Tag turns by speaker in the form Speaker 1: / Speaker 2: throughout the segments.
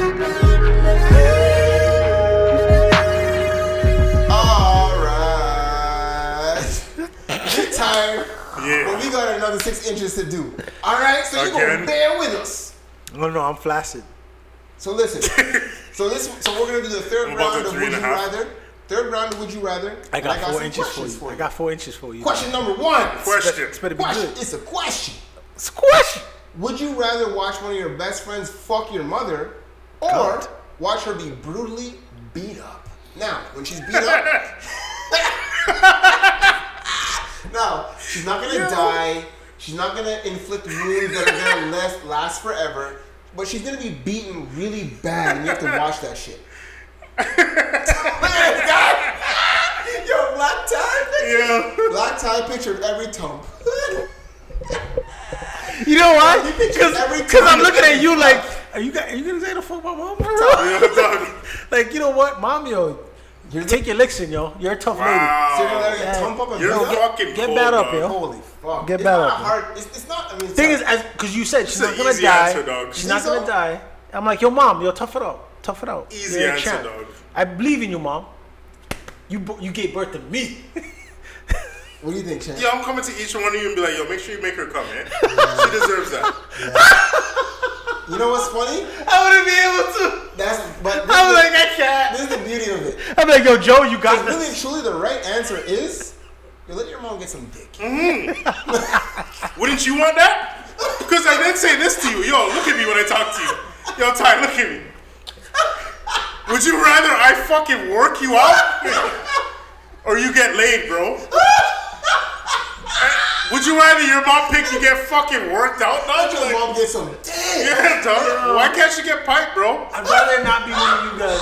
Speaker 1: got another six inches to do. All right, so you gonna
Speaker 2: Again?
Speaker 1: bear with us.
Speaker 3: No, no, I'm flaccid.
Speaker 1: So listen. so this. So we're gonna do the third
Speaker 2: What about
Speaker 1: round
Speaker 2: the
Speaker 1: of
Speaker 2: three
Speaker 1: Would You
Speaker 2: and a half?
Speaker 1: Rather. Third round of Would You Rather.
Speaker 3: I
Speaker 1: and
Speaker 3: got, four
Speaker 1: some
Speaker 3: inches for you.
Speaker 1: questions for
Speaker 3: I got four inches for you.
Speaker 1: Question number one.
Speaker 2: Question.
Speaker 3: It's better be
Speaker 1: Question.
Speaker 3: good.
Speaker 1: It's a question.
Speaker 3: Squish.
Speaker 1: Would you rather watch one of your best friends fuck your mother or watch her be brutally beat up? Now, when she's beat up, no, she's not gonna die. She's not gonna inflict wounds that are gonna last, last forever. But she's gonna be beaten really bad, and you have to watch that shit. Yo, black tie,
Speaker 2: Yeah.
Speaker 1: black tie picture of every tump.
Speaker 3: You know why?
Speaker 1: You think
Speaker 3: Because
Speaker 1: every time
Speaker 3: I'm looking
Speaker 1: that
Speaker 3: at you like, are you guys, are you gonna say the fuck about mom? bro? like, you know what, mom, yo, take your liction, yo. You're a tough
Speaker 1: So you're gonna
Speaker 2: Wow.
Speaker 1: let her tump up and
Speaker 2: You're
Speaker 1: beat up?
Speaker 2: fucking
Speaker 3: Get
Speaker 2: cold,
Speaker 3: that up,
Speaker 2: dog.
Speaker 3: yo.
Speaker 1: Holy fuck!
Speaker 3: Get
Speaker 1: it's
Speaker 3: back
Speaker 1: not
Speaker 3: up.
Speaker 1: hard. It's, it's not. I mean, it's
Speaker 3: lady. Thing
Speaker 1: not-
Speaker 3: is, as because you said she's
Speaker 2: an
Speaker 3: not gonna
Speaker 2: easy
Speaker 3: die.
Speaker 2: answer, dog.
Speaker 3: She's not
Speaker 1: Think
Speaker 3: gonna
Speaker 1: so?
Speaker 3: die. I'm like, yo, mom, yo, tough it out, tough it out.
Speaker 2: Easy
Speaker 3: You're a
Speaker 2: answer,
Speaker 3: champ.
Speaker 2: dog.
Speaker 3: I believe in you, mom. You bo- you gave birth to me.
Speaker 1: what do you think, Chad?
Speaker 2: Yeah, I'm coming to each one of you and be like, yo, make sure you make her come, man. she deserves that.
Speaker 1: You know what's funny?
Speaker 3: I wouldn't be able to.
Speaker 1: That's but this,
Speaker 3: I'm
Speaker 1: is,
Speaker 3: like, I can't.
Speaker 1: this is the beauty of it.
Speaker 3: I'm like, yo, Joe, you got
Speaker 1: But
Speaker 3: this.
Speaker 1: really, and truly, the right answer is you let your mom get some dick.
Speaker 2: Wouldn't you want that? Because I did say this to you. Yo, look at me when I talk to you. Yo, Ty, look at me. Would you rather I fucking work you out? Or you get laid, bro? Would you rather your mom pick you get fucking worked out?
Speaker 1: Let
Speaker 2: Not
Speaker 1: your
Speaker 2: like,
Speaker 1: mom get some dick.
Speaker 2: yeah, dog. Why can't you get piped, bro?
Speaker 3: I'd rather not be one of you guys.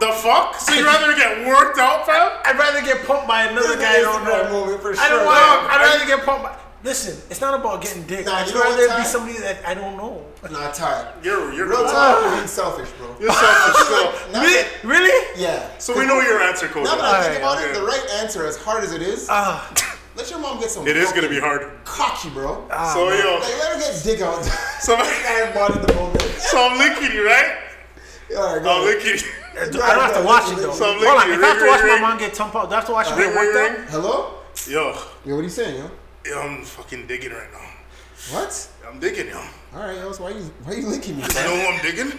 Speaker 2: The fuck? So you rather get worked out, fam?
Speaker 3: I'd rather get pumped by another
Speaker 1: This
Speaker 3: guy I
Speaker 1: is
Speaker 3: don't
Speaker 1: the
Speaker 3: know.
Speaker 1: right moment for
Speaker 3: I
Speaker 1: sure.
Speaker 3: don't want.
Speaker 2: Dog,
Speaker 3: I'd
Speaker 2: I-
Speaker 3: rather get pumped by. Listen, it's not about getting dick.
Speaker 1: Nah,
Speaker 3: I'd
Speaker 1: you know what,
Speaker 3: rather
Speaker 1: Ty?
Speaker 3: be somebody that I don't know.
Speaker 1: Nah, tired.
Speaker 2: You're you're
Speaker 1: Real
Speaker 2: cold.
Speaker 1: talk, you're being selfish, bro.
Speaker 2: You're selfish, so-
Speaker 1: Now-
Speaker 3: Really? Really?
Speaker 1: Yeah.
Speaker 2: So we know your answer, Cody.
Speaker 1: Now that I think about
Speaker 3: Alright,
Speaker 1: it, the right answer, as hard as it is,
Speaker 3: Ah,
Speaker 1: let your mom get some.
Speaker 2: It is gonna Ah.
Speaker 1: fucking
Speaker 2: be hard.
Speaker 1: cocky, bro.
Speaker 2: So yo,
Speaker 1: like let her get dick out.
Speaker 2: so,
Speaker 1: I bought it the moment.
Speaker 2: so I'm licking you, right?
Speaker 1: All right,
Speaker 2: I'm
Speaker 1: go.
Speaker 2: licking you.
Speaker 3: I don't have to watch it though.
Speaker 2: So I'm
Speaker 3: Hold on,
Speaker 2: licking
Speaker 3: if I have to
Speaker 2: ring,
Speaker 3: watch my
Speaker 2: ring,
Speaker 3: mom get tumped out, do I have to watch her
Speaker 2: Ring,
Speaker 3: get
Speaker 2: ring,
Speaker 3: worked
Speaker 2: ring.
Speaker 3: out?
Speaker 1: Hello?
Speaker 2: Yo,
Speaker 1: Yo, what are you saying, yo?
Speaker 2: yo, I'm fucking digging right now.
Speaker 1: What?
Speaker 2: I'm digging, yo.
Speaker 1: All right, yo, so why you why you linking me?
Speaker 2: You know who I'm digging?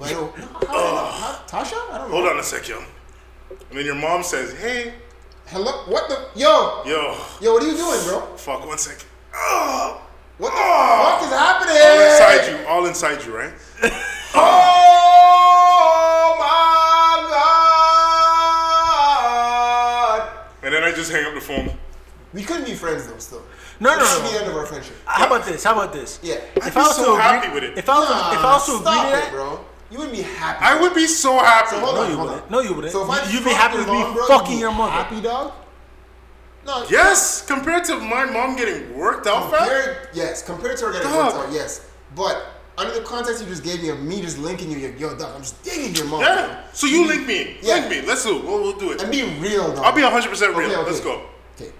Speaker 1: Like, yo, how,
Speaker 3: Uh,
Speaker 1: how, how, Tasha? I don't know.
Speaker 2: Hold on a sec, yo. And then your mom says, hey,
Speaker 1: Hello? What the? Yo,
Speaker 2: yo,
Speaker 1: yo, what are you doing, bro?
Speaker 2: fuck, one sec. Oh,
Speaker 1: What the
Speaker 3: Ah.
Speaker 2: Oh.
Speaker 1: fuck is happening?
Speaker 2: all inside you, all inside you, right?
Speaker 1: Oh my god!
Speaker 2: And then I just hang up the phone.
Speaker 1: We couldn't be friends though. Still,
Speaker 3: No, no,
Speaker 1: this is the
Speaker 3: no.
Speaker 1: end of our friendship.
Speaker 3: How about this? How about this?
Speaker 1: Yeah.
Speaker 3: If
Speaker 2: be
Speaker 3: I was
Speaker 2: so
Speaker 3: to
Speaker 2: happy
Speaker 3: agree
Speaker 2: with it.
Speaker 3: if I was to, if I was to agree to
Speaker 1: Nah, stop it,
Speaker 3: that,
Speaker 1: bro, you wouldn't be happy.
Speaker 2: I would be so happy.
Speaker 1: hold
Speaker 3: no,
Speaker 1: on,
Speaker 3: you
Speaker 1: hold
Speaker 3: wouldn't.
Speaker 1: on.
Speaker 3: No, you wouldn't.
Speaker 1: So if I
Speaker 3: You- You'd be
Speaker 1: fuck
Speaker 3: happy
Speaker 1: your
Speaker 3: with me
Speaker 1: mom, bro, you'd
Speaker 3: fucking
Speaker 1: be
Speaker 3: your mother.
Speaker 1: Happy dog? No.
Speaker 2: Yes, compared to my mom getting worked out, fam.
Speaker 1: Compared, yes, compared to her getting
Speaker 2: Dog.
Speaker 1: worked out, yes. But under the context you just gave me of me just linking you, yo, yo, dog, I'm just digging your mom.
Speaker 2: Yeah. So you link me.
Speaker 1: Yeah.
Speaker 2: Link me. Let's do it. We'll, we'll do it.
Speaker 1: And be real, dog.
Speaker 2: I'll be 100% real.
Speaker 1: Okay, okay.
Speaker 2: Let's go.
Speaker 1: Okay.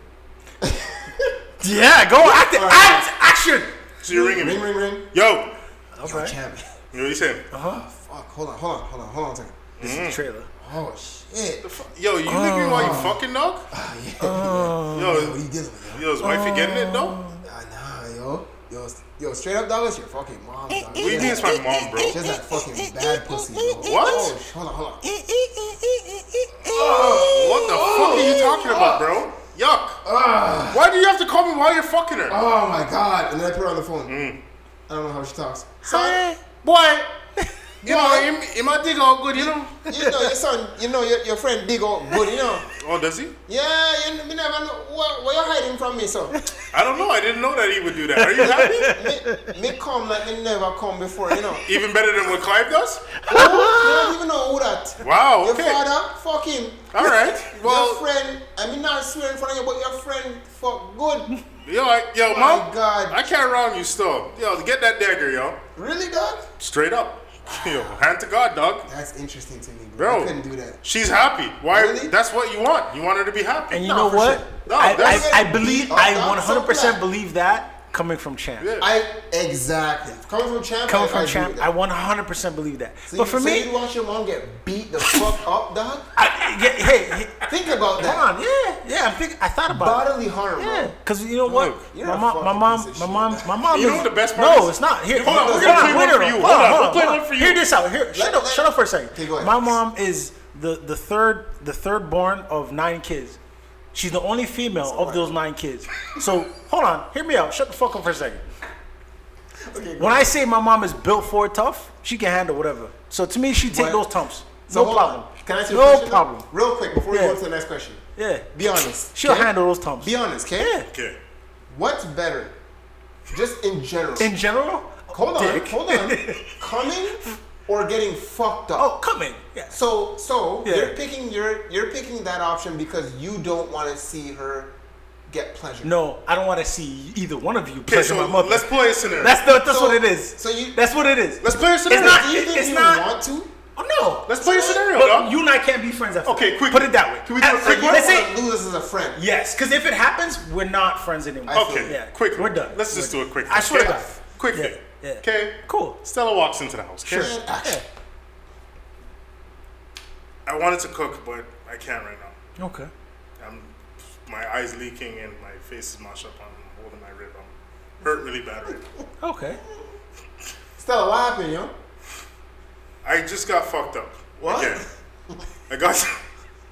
Speaker 3: Yeah, go act it.
Speaker 1: Alright.
Speaker 3: Act action.
Speaker 2: So you're ringing
Speaker 1: Ring,
Speaker 2: me.
Speaker 1: ring, ring.
Speaker 2: Yo,
Speaker 1: Yo,
Speaker 3: Okay.
Speaker 1: champ.
Speaker 2: you know what he's saying?
Speaker 3: Uh huh.
Speaker 1: Fuck, hold on, hold on, hold on, hold on a second.
Speaker 3: This
Speaker 2: Mm.
Speaker 3: is the trailer.
Speaker 1: Oh, shit.
Speaker 2: Yo, you link me while you fucking dog?
Speaker 1: Oh, yeah. what are
Speaker 2: Yo,
Speaker 1: you dealing with,
Speaker 2: yo, is wifey getting it though?
Speaker 1: yo? Ah, nah, yo. Yo, s- yo straight up, dog, it's your fucking mom, dog.
Speaker 2: What do you think it's my mom, bro?
Speaker 1: She's that fucking bad pussy, bro.
Speaker 2: What?
Speaker 1: Oh, sh- hold on, hold on.
Speaker 2: Oh, What the fuck are you talking about, bro?
Speaker 1: Ah.
Speaker 2: Yuck. Why do you have to call me while you're fucking her?
Speaker 1: Oh, my God. And then I put her on the phone.
Speaker 2: Mm.
Speaker 1: I don't know how she talks. Son,
Speaker 2: Boy, you know,
Speaker 1: Why?
Speaker 2: in, in my dick all good, you know?
Speaker 1: you know, your son, you know, your, your friend big old good, you know.
Speaker 2: Oh, does he?
Speaker 1: Yeah, you, me never know. Where, where you hiding from me, so?
Speaker 2: I don't know. I didn't know that he would do that. Are you
Speaker 1: me,
Speaker 2: happy?
Speaker 1: me come like me never come before, you know.
Speaker 2: Even better than what Clive does?
Speaker 1: You don't even know who that.
Speaker 2: Wow,
Speaker 1: Your
Speaker 2: okay.
Speaker 1: father, fuck him.
Speaker 2: All right.
Speaker 1: your
Speaker 2: Well,
Speaker 1: friend, I mean not swear in front of you, but your friend, fuck good.
Speaker 2: yo, I, yo,
Speaker 1: My
Speaker 2: mom,
Speaker 1: God.
Speaker 2: I can't wrong you still. Yo, get that dagger, yo.
Speaker 1: Really, dog?
Speaker 2: Straight up. Yo, hand to God, dog.
Speaker 1: That's interesting to me, bro.
Speaker 2: Bro,
Speaker 1: I couldn't do that.
Speaker 2: She's happy. Why?
Speaker 1: Really?
Speaker 2: That's what you want. You want her to be happy.
Speaker 3: And you
Speaker 1: No,
Speaker 3: know
Speaker 1: for
Speaker 3: what?
Speaker 1: sure.
Speaker 2: No,
Speaker 3: I,
Speaker 2: that's-
Speaker 3: I, I believe
Speaker 1: Oh,
Speaker 3: I
Speaker 1: no,
Speaker 3: 100
Speaker 1: so
Speaker 3: percent
Speaker 1: glad.
Speaker 3: believe that coming from Champ.
Speaker 2: Yeah.
Speaker 1: I exactly coming from champ.
Speaker 3: Coming
Speaker 1: I,
Speaker 3: from
Speaker 1: I
Speaker 3: Champ, I 100 percent believe that. but for me,
Speaker 1: you watch your mom get beat the fuck up, dog.
Speaker 3: I, yeah, hey, hey,
Speaker 1: Think about that.
Speaker 3: come on, yeah, yeah. yeah, I'm think, I thought about it.
Speaker 1: bodily harm. bro.
Speaker 3: Yeah, because you know what?
Speaker 2: Look,
Speaker 1: you're
Speaker 3: my,
Speaker 1: a
Speaker 3: mom, my
Speaker 1: fucking
Speaker 3: mom,
Speaker 1: piece
Speaker 3: my
Speaker 1: of
Speaker 3: mom,
Speaker 1: shit.
Speaker 3: my mom.
Speaker 2: You know
Speaker 3: is-
Speaker 2: what the best part
Speaker 3: No,
Speaker 2: is?
Speaker 3: it's not. Here,
Speaker 2: Hold on,
Speaker 1: we're gonna
Speaker 3: hold
Speaker 1: play
Speaker 2: one
Speaker 3: wait a
Speaker 2: for
Speaker 3: minute.
Speaker 2: you.
Speaker 3: Hold on, hold on,
Speaker 2: We'll play
Speaker 3: hold
Speaker 2: one for you.
Speaker 3: Hear this out. Here, shut up,
Speaker 1: let-
Speaker 3: shut up for a second.
Speaker 1: Okay, go ahead.
Speaker 3: My mom is the the third, the third born of nine kids. She's the only female of those nine kids. So hold on, hear me out. Shut the fuck up for a second.
Speaker 1: Okay,
Speaker 3: When I say my mom is built for it tough, she can handle whatever. So to me, she take
Speaker 1: What?
Speaker 3: those tumps.
Speaker 1: So
Speaker 3: no
Speaker 1: hold on.
Speaker 3: problem.
Speaker 1: Can I ask you a
Speaker 3: No
Speaker 1: question, though?
Speaker 3: problem.
Speaker 1: Real quick before we
Speaker 3: Yeah.
Speaker 1: go to the next question.
Speaker 3: Yeah,
Speaker 1: Be honest.
Speaker 3: she'll
Speaker 1: okay?
Speaker 3: handle those tumps.
Speaker 1: Be honest, okay?
Speaker 3: Yeah.
Speaker 2: Okay.
Speaker 1: What's better? Just in general.
Speaker 3: In general,
Speaker 1: hold on,
Speaker 3: dick.
Speaker 1: hold on. Coming or getting fucked up?
Speaker 3: Oh, come in. Yeah.
Speaker 1: So so
Speaker 3: Yeah.
Speaker 1: you're picking your you're picking that option because you don't want to see her get pleasure.
Speaker 3: No, I don't want to see either one of you
Speaker 2: Okay,
Speaker 3: pleasure
Speaker 2: so
Speaker 3: my mother.
Speaker 2: let's play a scenario.
Speaker 3: that's the, that's
Speaker 1: So-
Speaker 3: what it is.
Speaker 1: so you-
Speaker 3: that's what it is.
Speaker 2: let's play a
Speaker 3: it's
Speaker 2: scenario.
Speaker 3: not.
Speaker 1: Do you
Speaker 3: it-
Speaker 1: think
Speaker 3: it's
Speaker 1: you
Speaker 3: not.
Speaker 1: want to?
Speaker 3: Oh, no.
Speaker 2: let's play a scenario,
Speaker 3: But
Speaker 2: dog.
Speaker 3: you and I can't be friends. After
Speaker 2: Okay,
Speaker 3: that.
Speaker 2: quick.
Speaker 3: Put it that way.
Speaker 2: Can we do a
Speaker 3: Uh,
Speaker 2: quick
Speaker 1: You
Speaker 2: one?
Speaker 3: Let's
Speaker 1: don't
Speaker 3: say
Speaker 1: want to lose us as a friend.
Speaker 3: yes, because if it happens, we're not friends anymore.
Speaker 1: I-
Speaker 2: okay,
Speaker 3: Yeah.
Speaker 2: quick.
Speaker 3: We're done.
Speaker 2: Let's just
Speaker 3: We're
Speaker 2: do a quick.
Speaker 3: I swear to
Speaker 2: okay?
Speaker 3: God.
Speaker 2: Quick
Speaker 3: Yeah,
Speaker 2: thing.
Speaker 3: yeah.
Speaker 2: Okay.
Speaker 3: Cool.
Speaker 2: Stella walks into the house. okay?
Speaker 3: Sure. Yeah.
Speaker 2: I wanted to cook, but I can't right now.
Speaker 3: Okay.
Speaker 2: I'm my eyes leaking and my face is mashed up. I'm holding my rib. I'm hurt really bad right now.
Speaker 3: Okay.
Speaker 1: Stella, what happened, eh, yo?
Speaker 2: I just got fucked up.
Speaker 1: What?
Speaker 2: Again. I got.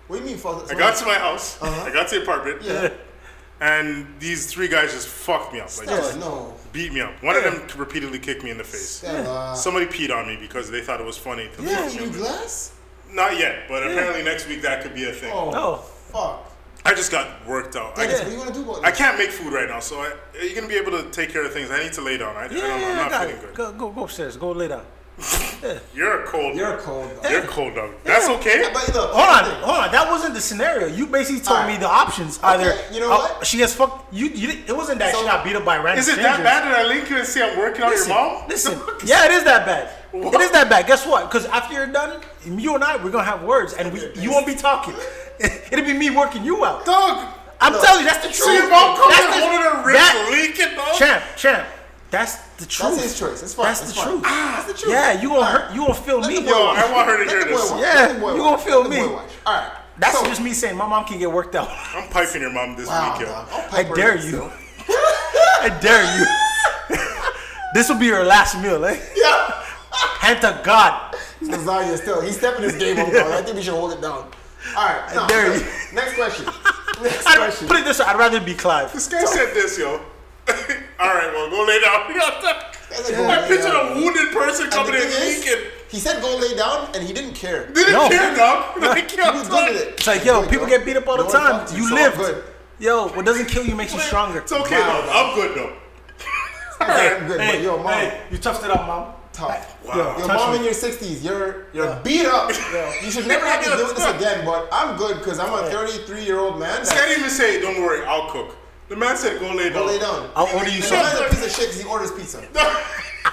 Speaker 1: What do you mean fuck?
Speaker 2: I got to my house. I got to the apartment.
Speaker 1: Uh-huh. Yeah.
Speaker 2: And these three guys just fucked me up. Like,
Speaker 1: Stella,
Speaker 2: just
Speaker 1: no.
Speaker 2: beat me up. One of them repeatedly kicked me in the face.
Speaker 1: Stella.
Speaker 2: Somebody peed on me because they thought it was funny. To
Speaker 1: Yeah,
Speaker 2: leave me
Speaker 1: uh, you
Speaker 2: with-
Speaker 1: glass?
Speaker 2: Not yet, but apparently next week that could be a thing.
Speaker 1: Oh,
Speaker 3: Oh.
Speaker 1: fuck.
Speaker 2: I just got worked out. I,
Speaker 1: Dennis, what do you want to do about
Speaker 2: I
Speaker 1: this?
Speaker 2: can't make food right now, so I, are you gonna be able to take care of things? I need to lay down. I, I don't
Speaker 3: Yeah,
Speaker 2: know.
Speaker 3: yeah,
Speaker 2: I'm
Speaker 3: I
Speaker 2: not
Speaker 3: got
Speaker 2: feeling good.
Speaker 3: it. Go, go, go upstairs. Go lay down.
Speaker 2: You're a cold.
Speaker 1: You're cold. though.
Speaker 2: You're cold dog. That's okay.
Speaker 1: But look,
Speaker 3: Hold
Speaker 1: here's
Speaker 3: on,
Speaker 1: the thing.
Speaker 3: hold on. That wasn't the scenario. You basically told
Speaker 1: Alright.
Speaker 3: me the options. Either
Speaker 1: you know
Speaker 3: uh,
Speaker 1: what?
Speaker 3: she gets fucked. You, you didn't- it wasn't that
Speaker 1: So-
Speaker 3: she got beat up by random.
Speaker 2: Is it that
Speaker 3: strangers.
Speaker 2: bad that I link you and say I'm working on your
Speaker 3: Listen,
Speaker 2: mom?
Speaker 3: listen. yeah, it is that bad.
Speaker 2: What?
Speaker 3: It is that bad. Guess what? Because after you're done, you and I we're gonna have words, and we you won't be talking. It'll be me working you out.
Speaker 2: Dog.
Speaker 3: I'm
Speaker 1: Look,
Speaker 3: telling you, that's the truth.
Speaker 2: So your mom comes
Speaker 3: That's
Speaker 2: and
Speaker 3: the-
Speaker 2: holding her rib,
Speaker 3: that-
Speaker 2: leaking dog.
Speaker 3: Champ, champ. That's the truth.
Speaker 1: That's his choice. It's fine.
Speaker 3: That's
Speaker 1: it's
Speaker 3: the
Speaker 1: fine.
Speaker 3: truth.
Speaker 1: That's the truth.
Speaker 3: Yeah, you gonna
Speaker 1: Alright.
Speaker 3: hurt. You gonna feel
Speaker 1: Let
Speaker 3: me.
Speaker 1: the boy
Speaker 2: Yo,
Speaker 1: watch.
Speaker 2: I want her to
Speaker 1: Let
Speaker 2: hear
Speaker 1: the boy
Speaker 2: this.
Speaker 1: watch.
Speaker 3: Yeah,
Speaker 1: Let the boy
Speaker 3: you gonna
Speaker 1: watch.
Speaker 3: feel
Speaker 1: Let the
Speaker 3: me.
Speaker 1: boy watch. All right.
Speaker 3: That's
Speaker 1: so,
Speaker 3: just me saying my mom can get worked out.
Speaker 2: I'm piping your mom this
Speaker 1: Wow,
Speaker 2: weekend.
Speaker 1: dog. I'll
Speaker 3: I
Speaker 1: pipe her
Speaker 3: dare
Speaker 1: up,
Speaker 3: you.
Speaker 1: so.
Speaker 3: I dare you. this will be your last meal, eh?
Speaker 1: Yeah.
Speaker 3: Hand to God.
Speaker 1: Lasagna still. He's stepping his game up, dog. I think we should hold it down. All right. No,
Speaker 3: dare
Speaker 1: no.
Speaker 3: you.
Speaker 1: Next question. Next
Speaker 3: I'd-
Speaker 1: question.
Speaker 3: put it this way, I'd rather be Clive.
Speaker 2: This guy said this, yo. All right, well, go lay down. We got that.
Speaker 1: That's a good
Speaker 2: I
Speaker 1: lay
Speaker 2: pictured
Speaker 1: down.
Speaker 2: a wounded person
Speaker 1: And the
Speaker 2: coming in
Speaker 1: thing is,
Speaker 2: leaking.
Speaker 1: He said go lay down, and he didn't care. He
Speaker 2: Didn't
Speaker 3: No.
Speaker 2: care, dog. Like, yo,
Speaker 1: was
Speaker 2: dog.
Speaker 1: good with it.
Speaker 3: It's like, yo,
Speaker 1: Good,
Speaker 3: people
Speaker 1: dog.
Speaker 3: get beat up all the
Speaker 1: No one
Speaker 3: time.
Speaker 1: fucked
Speaker 3: You
Speaker 1: so
Speaker 3: lived.
Speaker 1: Good.
Speaker 3: Yo, what doesn't kill you makes you stronger.
Speaker 2: It's okay,
Speaker 1: Wow,
Speaker 2: though.
Speaker 1: dog.
Speaker 2: I'm good, though.
Speaker 1: I'm good, but yo, mom,
Speaker 3: you toughed it up, mom.
Speaker 1: tough.
Speaker 2: Wow.
Speaker 1: Your
Speaker 3: Touch
Speaker 1: mom
Speaker 3: me.
Speaker 1: in your 60s, you're you're beat up. You should never have to deal with this again, but I'm good because I'm a 33 year old man.
Speaker 2: This guy
Speaker 1: that-
Speaker 2: didn't even say, don't worry, I'll cook. The man said, go lay down.
Speaker 1: Go lay down.
Speaker 3: I'll order
Speaker 1: And
Speaker 3: you something.
Speaker 1: The man's a piece of shit 'cause he orders pizza.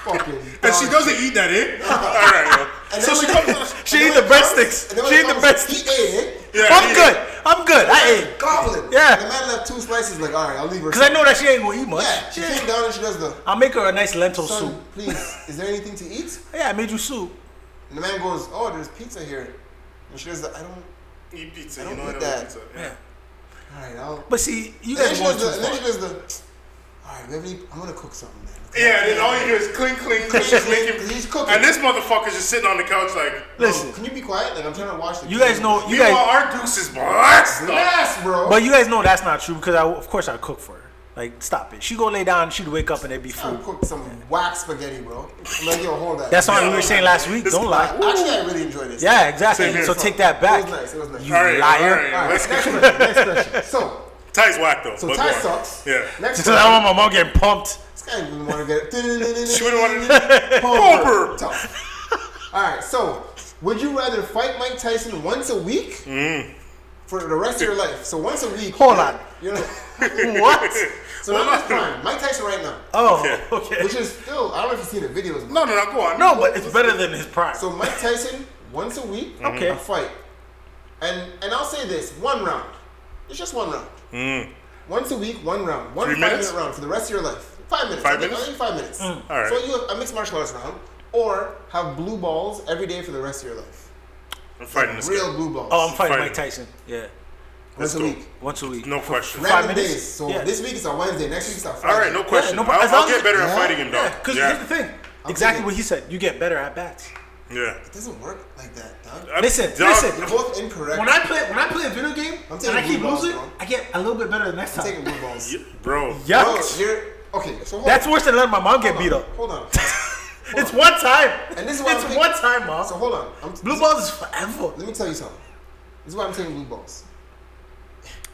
Speaker 1: Fucking.
Speaker 2: And she
Speaker 1: dog.
Speaker 2: doesn't eat that, eh? All right, yo.
Speaker 1: And
Speaker 2: So
Speaker 1: then
Speaker 2: she
Speaker 1: when it
Speaker 2: comes.
Speaker 3: She
Speaker 1: And
Speaker 3: ate
Speaker 1: then when it
Speaker 3: the
Speaker 1: comes-
Speaker 3: breadsticks.
Speaker 1: and then when
Speaker 3: She
Speaker 1: it
Speaker 3: ate the
Speaker 1: comes,
Speaker 3: breadsticks.
Speaker 1: He ate it.
Speaker 2: Yeah,
Speaker 3: I'm
Speaker 2: he-
Speaker 3: good. I'm good. I ate.
Speaker 1: Goblin. And
Speaker 3: Yeah.
Speaker 1: the man left two slices. Like, all right, I'll leave her.
Speaker 3: Because
Speaker 1: some.
Speaker 3: I know that she ain't gonna eat much.
Speaker 1: Yeah. She
Speaker 3: Yeah.
Speaker 1: came down and she does the.
Speaker 3: I'll make her a nice lentil soup.
Speaker 1: Son, please, is there anything to eat?
Speaker 3: Yeah, I made you soup.
Speaker 1: And the man goes, oh, there's pizza here. And she does the. I don't.
Speaker 2: Eat pizza.
Speaker 1: I
Speaker 2: You
Speaker 1: don't
Speaker 2: know I
Speaker 1: eat
Speaker 2: don't
Speaker 1: that.
Speaker 2: eat pizza. Yeah.
Speaker 1: All right, I'll.
Speaker 3: But see, you
Speaker 1: And then
Speaker 3: guys
Speaker 1: she
Speaker 3: going
Speaker 1: does
Speaker 3: too
Speaker 1: the. And then she
Speaker 3: far.
Speaker 1: does the. All right, we have any, I'm gonna cook something then.
Speaker 2: Yeah, and then all you hear is cling, cling, cling. She's making.
Speaker 1: He's cooking.
Speaker 2: And this motherfucker's just sitting on the couch like,
Speaker 3: Listen,
Speaker 1: Can you be quiet? Like I'm trying to watch the.
Speaker 3: you guys know you
Speaker 2: You guys,
Speaker 3: guys
Speaker 2: our deuce is blessed.
Speaker 1: Yes, bro.
Speaker 3: But you guys know that's not true because I, of course, I cook for her. Like, stop it. She go lay down, she'd wake up and there'd be
Speaker 1: I
Speaker 3: food.
Speaker 1: cooked some whack spaghetti, bro. I'm like, yo, hold that.
Speaker 3: That's what we were saying last week.
Speaker 2: This
Speaker 3: Don't
Speaker 2: is
Speaker 3: lie.
Speaker 1: Actually, I really enjoyed it.
Speaker 3: Yeah, exactly.
Speaker 2: Same here.
Speaker 3: So take that back.
Speaker 1: It was nice. It was nice.
Speaker 3: You
Speaker 2: All right,
Speaker 3: liar.
Speaker 2: all right,
Speaker 1: All right,
Speaker 2: let's
Speaker 1: next
Speaker 2: go.
Speaker 1: question. Next question. So,
Speaker 2: Ty's whack though.
Speaker 1: so
Speaker 2: but
Speaker 1: Ty
Speaker 2: go on.
Speaker 1: sucks.
Speaker 2: Yeah.
Speaker 1: Next
Speaker 3: So I
Speaker 1: question.
Speaker 3: want my mom getting pumped.
Speaker 1: This guy didn't want to get it.
Speaker 2: She wouldn't want to.
Speaker 1: Pulper.
Speaker 2: Pulper.
Speaker 1: Tough. All right, so would you rather fight Mike Tyson once a week for the rest of your life? So once a week.
Speaker 3: Hold
Speaker 1: you're-
Speaker 3: on.
Speaker 1: You're,
Speaker 3: What?
Speaker 1: so not his prime. Mike Tyson right now,
Speaker 3: Oh, okay.
Speaker 1: which is still I don't know if you've seen the videos.
Speaker 2: No, no, no. Go on.
Speaker 3: No, but it's better than his prime.
Speaker 1: So Mike Tyson once a week,
Speaker 3: Mm-hmm. Okay.
Speaker 1: a fight, and and I'll say this: one round. It's just one round.
Speaker 3: Mm.
Speaker 1: Once a week, one round, one
Speaker 2: Three
Speaker 1: five
Speaker 2: minutes?
Speaker 1: minute round for the rest of your life. Five minutes.
Speaker 2: Five
Speaker 1: I think- I
Speaker 2: minutes?
Speaker 1: think five minutes.
Speaker 3: Mm.
Speaker 2: All right.
Speaker 1: So you have a mixed martial arts round, or have blue balls every day for the rest of your life.
Speaker 2: I'm fighting this guy.
Speaker 1: Real blue balls.
Speaker 3: oh, I'm fighting
Speaker 2: Fighting.
Speaker 3: Mike Tyson. Yeah.
Speaker 1: once a
Speaker 2: go.
Speaker 1: week.
Speaker 3: once a week.
Speaker 2: No question.
Speaker 3: Five
Speaker 1: Random
Speaker 3: minutes?
Speaker 1: days. So
Speaker 3: Yeah.
Speaker 1: this week is on Wednesday. Next week is on Friday.
Speaker 2: All right, no question.
Speaker 3: no, but as
Speaker 2: I'll,
Speaker 3: long
Speaker 2: I'll get
Speaker 3: as-
Speaker 2: better
Speaker 1: Yeah.
Speaker 2: at fighting him,
Speaker 3: Yeah,
Speaker 2: dog.
Speaker 3: because
Speaker 2: yeah.
Speaker 3: here's the thing. exactly
Speaker 1: taking-
Speaker 3: what he said. You get better at bats.
Speaker 2: Yeah.
Speaker 1: It doesn't work like that, dog.
Speaker 2: I'm-
Speaker 3: Listen,
Speaker 2: dog,
Speaker 3: listen.
Speaker 1: You're both incorrect.
Speaker 3: Uh, When I play when I play a video game
Speaker 1: I'm
Speaker 3: and
Speaker 1: taking
Speaker 3: I keep
Speaker 1: blue balls,
Speaker 3: losing,
Speaker 1: bro.
Speaker 3: I get a little bit better the next
Speaker 1: I'm
Speaker 3: time.
Speaker 1: taking blue balls.
Speaker 2: y- Bro.
Speaker 1: Bro,
Speaker 3: Yuck.
Speaker 1: you're okay. So hold
Speaker 3: That's
Speaker 1: on.
Speaker 3: worse than letting my mom get beat up.
Speaker 1: Hold on.
Speaker 3: It's one time.
Speaker 1: And this is why
Speaker 3: it's
Speaker 1: I'm pick-
Speaker 3: one time, mom.
Speaker 1: So hold on. I'm
Speaker 3: Blue balls is forever.
Speaker 1: Let me tell you something. This is why I'm taking blue balls.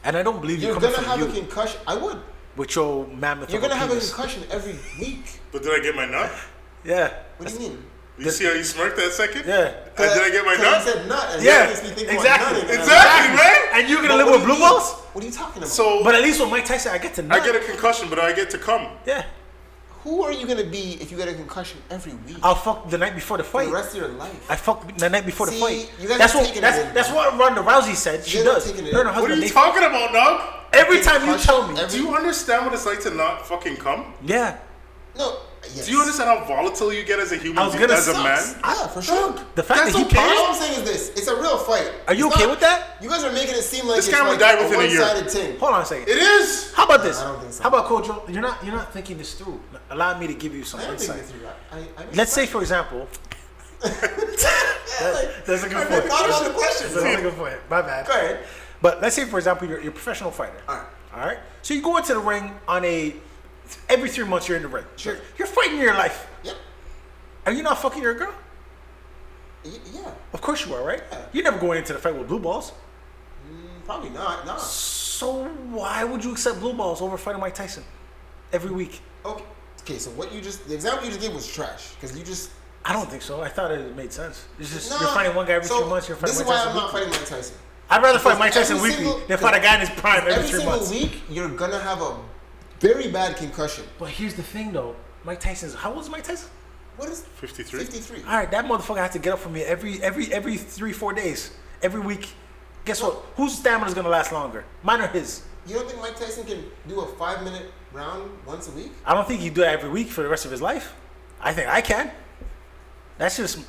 Speaker 3: And I don't believe you
Speaker 1: You're
Speaker 3: coming
Speaker 1: gonna have
Speaker 3: from you
Speaker 1: a concussion. I would.
Speaker 3: with your mammoth.
Speaker 1: You're
Speaker 3: of
Speaker 1: gonna have a
Speaker 3: penis.
Speaker 1: concussion every week.
Speaker 2: But did I get my nut?
Speaker 3: Yeah.
Speaker 1: What do you mean?
Speaker 2: You see how you smirked that second?
Speaker 3: Yeah.
Speaker 2: Uh, did I get my
Speaker 1: 'Cause you
Speaker 2: nut?
Speaker 1: said not. And
Speaker 3: Yeah,
Speaker 1: that makes me think about
Speaker 3: exactly.
Speaker 1: none, and I'm
Speaker 2: Exactly, right?
Speaker 3: And you're
Speaker 1: like,
Speaker 3: gonna live
Speaker 1: what
Speaker 3: with
Speaker 1: do you
Speaker 3: blue
Speaker 1: mean?
Speaker 3: balls?
Speaker 1: What are you talking about?
Speaker 2: So
Speaker 3: But at least with Mike Tyson, I get to
Speaker 2: I
Speaker 3: nut.
Speaker 2: get a concussion, but I get to come.
Speaker 3: yeah.
Speaker 1: who are you gonna be if you get a concussion every week?
Speaker 3: I'll fuck the night before the
Speaker 1: for
Speaker 3: fight.
Speaker 1: the rest of your life.
Speaker 3: I fucked the night before
Speaker 1: See,
Speaker 3: the fight.
Speaker 1: you guys
Speaker 3: that's
Speaker 1: are
Speaker 3: what
Speaker 1: taking it
Speaker 3: that's,
Speaker 1: in.
Speaker 3: that's what Ronda Rousey said. She
Speaker 1: You guys are
Speaker 3: does.
Speaker 1: taking it
Speaker 3: Her and
Speaker 1: in.
Speaker 3: her
Speaker 2: What are
Speaker 3: husband.
Speaker 2: you
Speaker 3: they-
Speaker 2: talking about, dog?
Speaker 3: every time you
Speaker 1: Concussion
Speaker 3: tell me,
Speaker 1: every-
Speaker 2: Do you understand what it's like to not fucking come?
Speaker 3: yeah,
Speaker 1: No. Yes.
Speaker 2: Do you understand how volatile you get as a human
Speaker 3: I was
Speaker 2: being,
Speaker 3: gonna
Speaker 2: as a
Speaker 3: suck.
Speaker 2: man?
Speaker 1: Yeah, for sure.
Speaker 3: the fact
Speaker 2: That's
Speaker 3: that he
Speaker 2: okay.
Speaker 3: paused-
Speaker 1: All I'm saying is this: it's a real fight.
Speaker 3: Are you
Speaker 1: It's
Speaker 3: okay
Speaker 1: not-
Speaker 3: with that?
Speaker 1: You guys are making it seem like
Speaker 2: This
Speaker 1: it's
Speaker 2: guy
Speaker 1: like
Speaker 2: would die
Speaker 1: a
Speaker 2: within a year.
Speaker 1: one-sided thing.
Speaker 3: Hold on a second.
Speaker 2: It is.
Speaker 3: How about this?
Speaker 1: I don't think so.
Speaker 3: How about Kojo? You're not you're not thinking this through. Allow me to give you some
Speaker 1: I don't think
Speaker 3: insight.
Speaker 1: it's right. I, I mean,
Speaker 3: Let's say, for example,
Speaker 1: Yeah, like,
Speaker 3: that's a good
Speaker 1: I never
Speaker 3: point.
Speaker 1: thought about the question.
Speaker 3: That's a good point. My bad.
Speaker 1: Go ahead.
Speaker 3: But let's say, for example, you're, you're a professional fighter.
Speaker 1: All right.
Speaker 3: All right. So you go into the ring on a every three months you're in the ring. You're, you're fighting your life.
Speaker 1: Yep.
Speaker 3: Are you not fucking your girl?
Speaker 1: Y- Yeah.
Speaker 3: Of course you are, right?
Speaker 1: Yeah.
Speaker 3: You're never going into the fight with blue balls.
Speaker 1: Probably not. Nah.
Speaker 3: So why would you accept blue balls over fighting Mike Tyson every week?
Speaker 1: Okay. Okay. So what you just the example you just gave was trash because you just
Speaker 3: I don't think so. I thought it made sense. It's just
Speaker 1: nah.
Speaker 3: you're fighting one guy every
Speaker 1: so
Speaker 3: three months. You're
Speaker 1: This
Speaker 3: fighting
Speaker 1: is why I'm
Speaker 3: Mike Tyson.
Speaker 1: not
Speaker 3: weekly.
Speaker 1: fighting Mike Tyson.
Speaker 3: I'd rather fight Mike
Speaker 1: Because
Speaker 3: Tyson
Speaker 1: every
Speaker 3: weekly
Speaker 1: single-
Speaker 3: than fight a guy in his prime every,
Speaker 1: Every
Speaker 3: three
Speaker 1: single
Speaker 3: months.
Speaker 1: week you're gonna have a very bad concussion.
Speaker 3: But here's the thing, though. Mike Tyson's how old is Mike Tyson?
Speaker 1: What is
Speaker 2: 53.
Speaker 1: 53.
Speaker 3: All right, that motherfucker has to get up for me every every every three four days, every week. Guess what? Whose stamina's gonna last longer? Mine or his?
Speaker 1: You don't think Mike Tyson can do a five minute round once a week?
Speaker 3: I don't think he'd do that every week for the rest of his life. I think I can. That's just